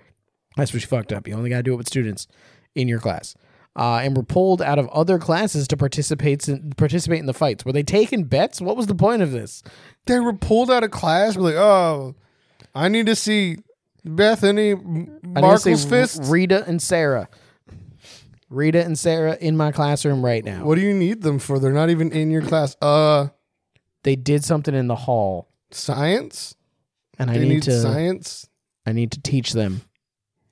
S2: That's what she fucked up. You only got to do it with students in your class. Uh, and were pulled out of other classes to participate in, participate in the fights. Were they taking bets? What was the point of this?
S3: They were pulled out of class. We're like, oh, I need to see Bethany M-
S2: I need to say
S3: Markle's fists.
S2: Rita and Sarah. Rita and Sarah in my classroom right now.
S3: what do you need them for? They're not even in your class. Uh,
S2: They did something in the hall,
S3: science?
S2: and I
S3: They
S2: need,
S3: need
S2: to
S3: science?
S2: I need to teach them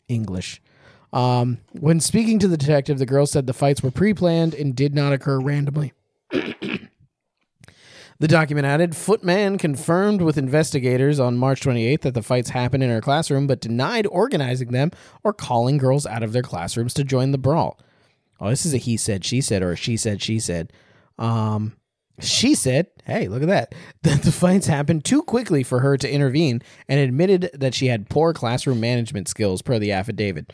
S2: English. Um, when speaking to the detective, the girl said the fights were pre-planned and did not occur randomly. the document added, Footman confirmed with investigators on March 28th that the fights happened in her classroom, but denied organizing them or calling girls out of their classrooms to join the brawl. Oh, this is a he said, she said, or a she said, she said. Um, she said, hey, look at that, that the fights happened too quickly for her to intervene and admitted that she had poor classroom management skills, per the affidavit.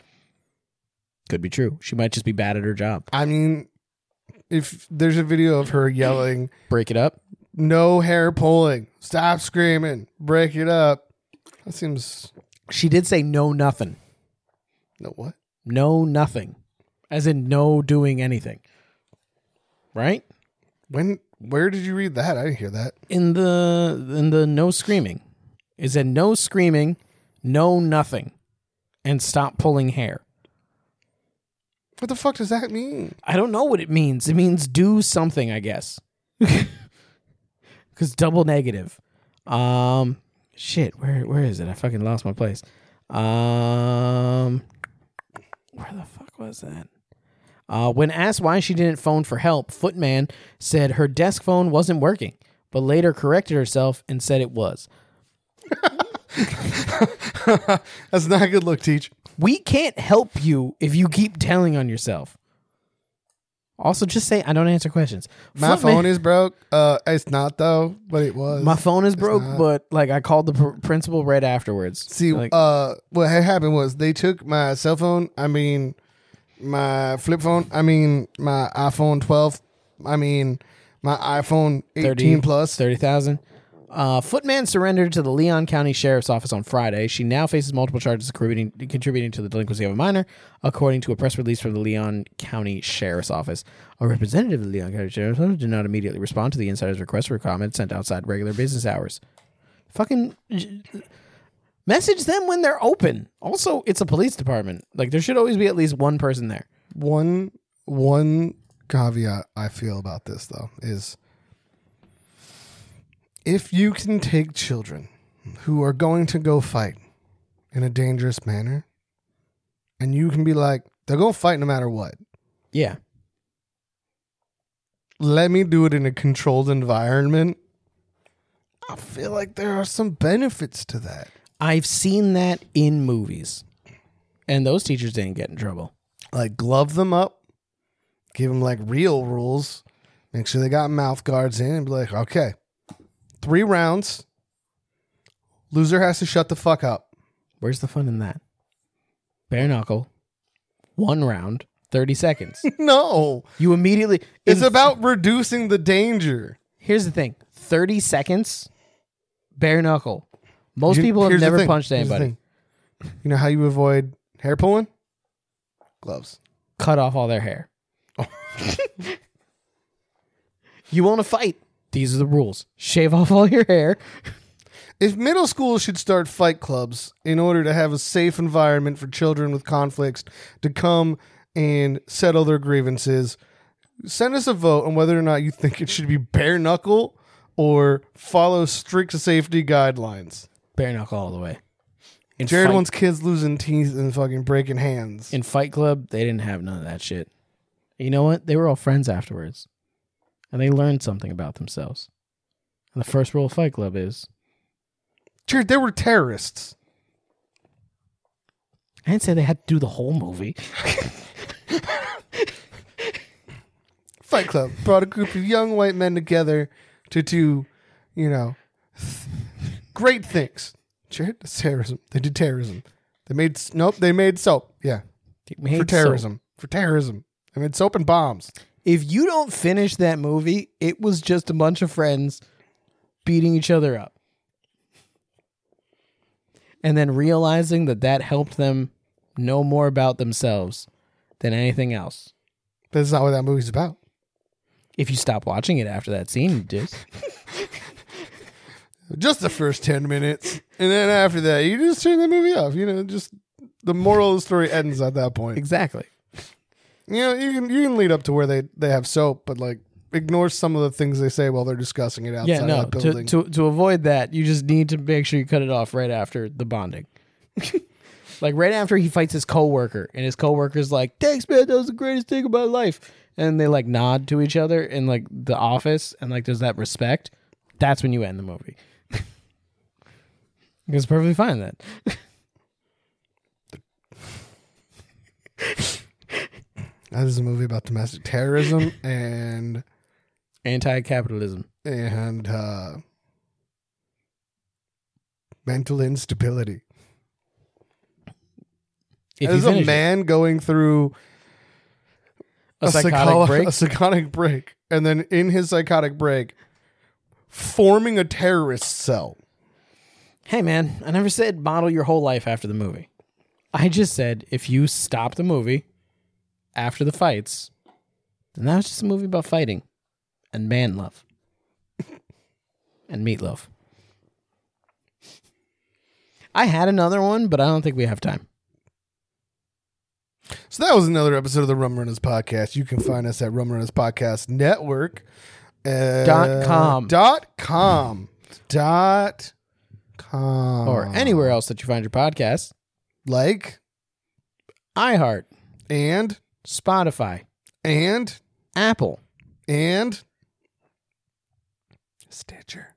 S2: Could be true. She might just be bad at her job.
S3: I mean, if there's a video of her yelling,
S2: Break it up.
S3: no hair pulling, stop screaming, break it up. That seems
S2: She did say no, nothing.
S3: no what?
S2: No, nothing. As in, no doing anything. Right?
S3: When where did you read that? I didn't hear that.
S2: in the in the no screaming is that no screaming no nothing and stop pulling hair
S3: What the fuck does that mean?
S2: i don't know what it means it means do something i guess because double negative um shit where where is it i fucking lost my place um where the fuck was that Uh, when asked why she didn't phone for help, Footman said her desk phone wasn't working, but later corrected herself and said it was.
S3: That's not a good look, teach.
S2: We can't help you if you keep telling on yourself. Also, just say I don't answer questions.
S3: My
S2: Flip me-
S3: phone is broke. Uh, it's not though, but it was.
S2: my phone is broke,
S3: not.
S2: but like I called the pr- principal right afterwards.
S3: See,
S2: like,
S3: uh, what had happened was they took my cell phone. I mean, my flip phone. I mean, my iPhone 12. I mean, my iPhone 18 plus.
S2: thirty thousand. Uh, Footman surrendered to the Leon County Sheriff's Office on Friday. She now faces multiple charges of contributing, contributing to the delinquency of a minor, according to a press release from the Leon County Sheriff's Office. A representative of the Leon County Sheriff's Office did not immediately respond to the insider's request for comment sent outside regular business hours. Fucking message them when they're open. Also, it's a police department. Like there should always be at least one person there.
S3: One one caveat I feel about this though is if you can take children who are going to go fight in a dangerous manner, and you can be like, they're gonna fight no matter what.
S2: Yeah.
S3: let me do it in a controlled environment, I feel like there are some benefits to that.
S2: I've seen that in movies. And those teachers didn't get in trouble.
S3: Like glove them up, give them like real rules, make sure they got mouth guards in, and be like, okay, three rounds. Loser has to shut the fuck up.
S2: Where's the fun in that? Bare knuckle, one round, 30 seconds.
S3: No,
S2: you immediately.
S3: it's
S2: in-
S3: about reducing the danger.
S2: Here's the thing 30 seconds, bare knuckle. Most
S3: You-
S2: people have
S3: here's the
S2: never
S3: thing,
S2: punched
S3: here's the
S2: anybody.
S3: thing. You know how you avoid hair pulling? Gloves.
S2: Cut off all their hair.
S3: Oh.
S2: you want to fight? These are the rules. Shave off all your hair.
S3: If middle school should start fight clubs in order to have a safe environment for children with conflicts to come and settle their grievances, send us a vote on whether or not you think it should be bare knuckle or follow strict safety guidelines.
S2: Bare knuckle all the way. In
S3: Jared
S2: fight,
S3: wants kids losing teeth and fucking breaking hands.
S2: in Fight Club, they didn't have none of that shit. You know what? They were all friends afterwards. And they learned something about themselves. And the first rule of Fight Club is
S3: Jared, they were terrorists.
S2: I didn't say they had to do the whole movie.
S3: Fight Club brought a group of young white men together to do, you know, th- great things. Jared, that's terrorism. They did terrorism. They made s- nope. They made soap. Yeah,
S2: They made
S3: for
S2: soap.
S3: terrorism. For terrorism. They made soap and bombs.
S2: If you don't finish that movie, it was just a bunch of friends beating each other up. And then realizing that that helped them know more about themselves than anything else.
S3: That's not what that movie's about.
S2: If you stop watching it after that scene, you just
S3: Just the first ten minutes, and then after that, you just turn the movie off. You know, just the moral of the story ends at that point.
S2: exactly.
S3: You know, you can you can lead up to where they they have soap, but like ignore some of the things they say while they're discussing it outside
S2: yeah, no.
S3: of that building.
S2: To, to to avoid that, you just need to make sure you cut it off right after the bonding. like right after he fights his coworker, and his coworker's like, "Thanks, man. That was the greatest thing of my life." And they like nod to each other in like the office, and like there's that respect. That's when you end the movie. it's perfectly fine then.
S3: That is a movie about domestic terrorism and
S2: Anti-capitalism.
S3: and uh, mental instability.
S2: If you
S3: There's a
S2: finish it,
S3: man going through
S2: a psychotic
S3: psycho-
S2: break.
S3: a psychotic break, and then in his psychotic break, forming a terrorist cell.
S2: Hey man, I never said model your whole life after the movie. I just said if you stop the movie after the fights, then that was just a movie about fighting and man love and meatloaf. I had another one, but I don't think we have time.
S3: So that was another episode of the Rum Runners Podcast. You can find us at Rum Runners Podcast Network uh,
S2: Dot com.
S3: dot com dot com
S2: Or anywhere else that you find your podcast
S3: like
S2: iHeart,
S3: and
S2: Spotify,
S3: and
S2: Apple.
S3: and Stitcher.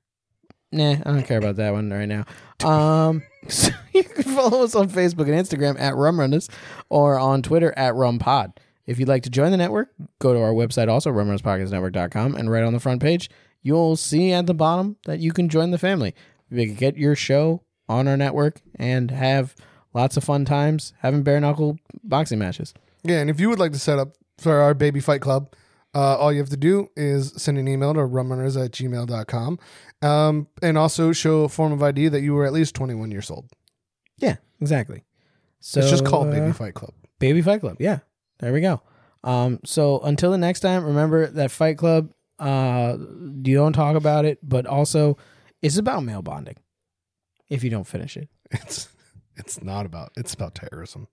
S2: Nah, I don't care about that one right now. Um, so you can follow us on Facebook and Instagram at Rum Runners or on Twitter at Rum Pod. If you'd like to join the network, go to our website also, rumrunnerspodcastnetwork.com, and right on the front page, you'll see at the bottom that you can join the family. You can get your show on our network and have lots of fun times having bare knuckle boxing matches.
S3: Yeah, and if you would like to set up for our baby fight club, uh, all you have to do is send an email to rumrunners at gmail.com um, and also show a form of ID that you were at least 21 years old.
S2: Yeah, exactly. So
S3: It's just called
S2: uh,
S3: Baby Fight Club.
S2: Baby Fight Club. Yeah. There we go. Um, so until the next time, remember that Fight Club, uh, you don't talk about it, but also it's about male bonding if you don't finish it.
S3: It's, it's not about, it's about terrorism.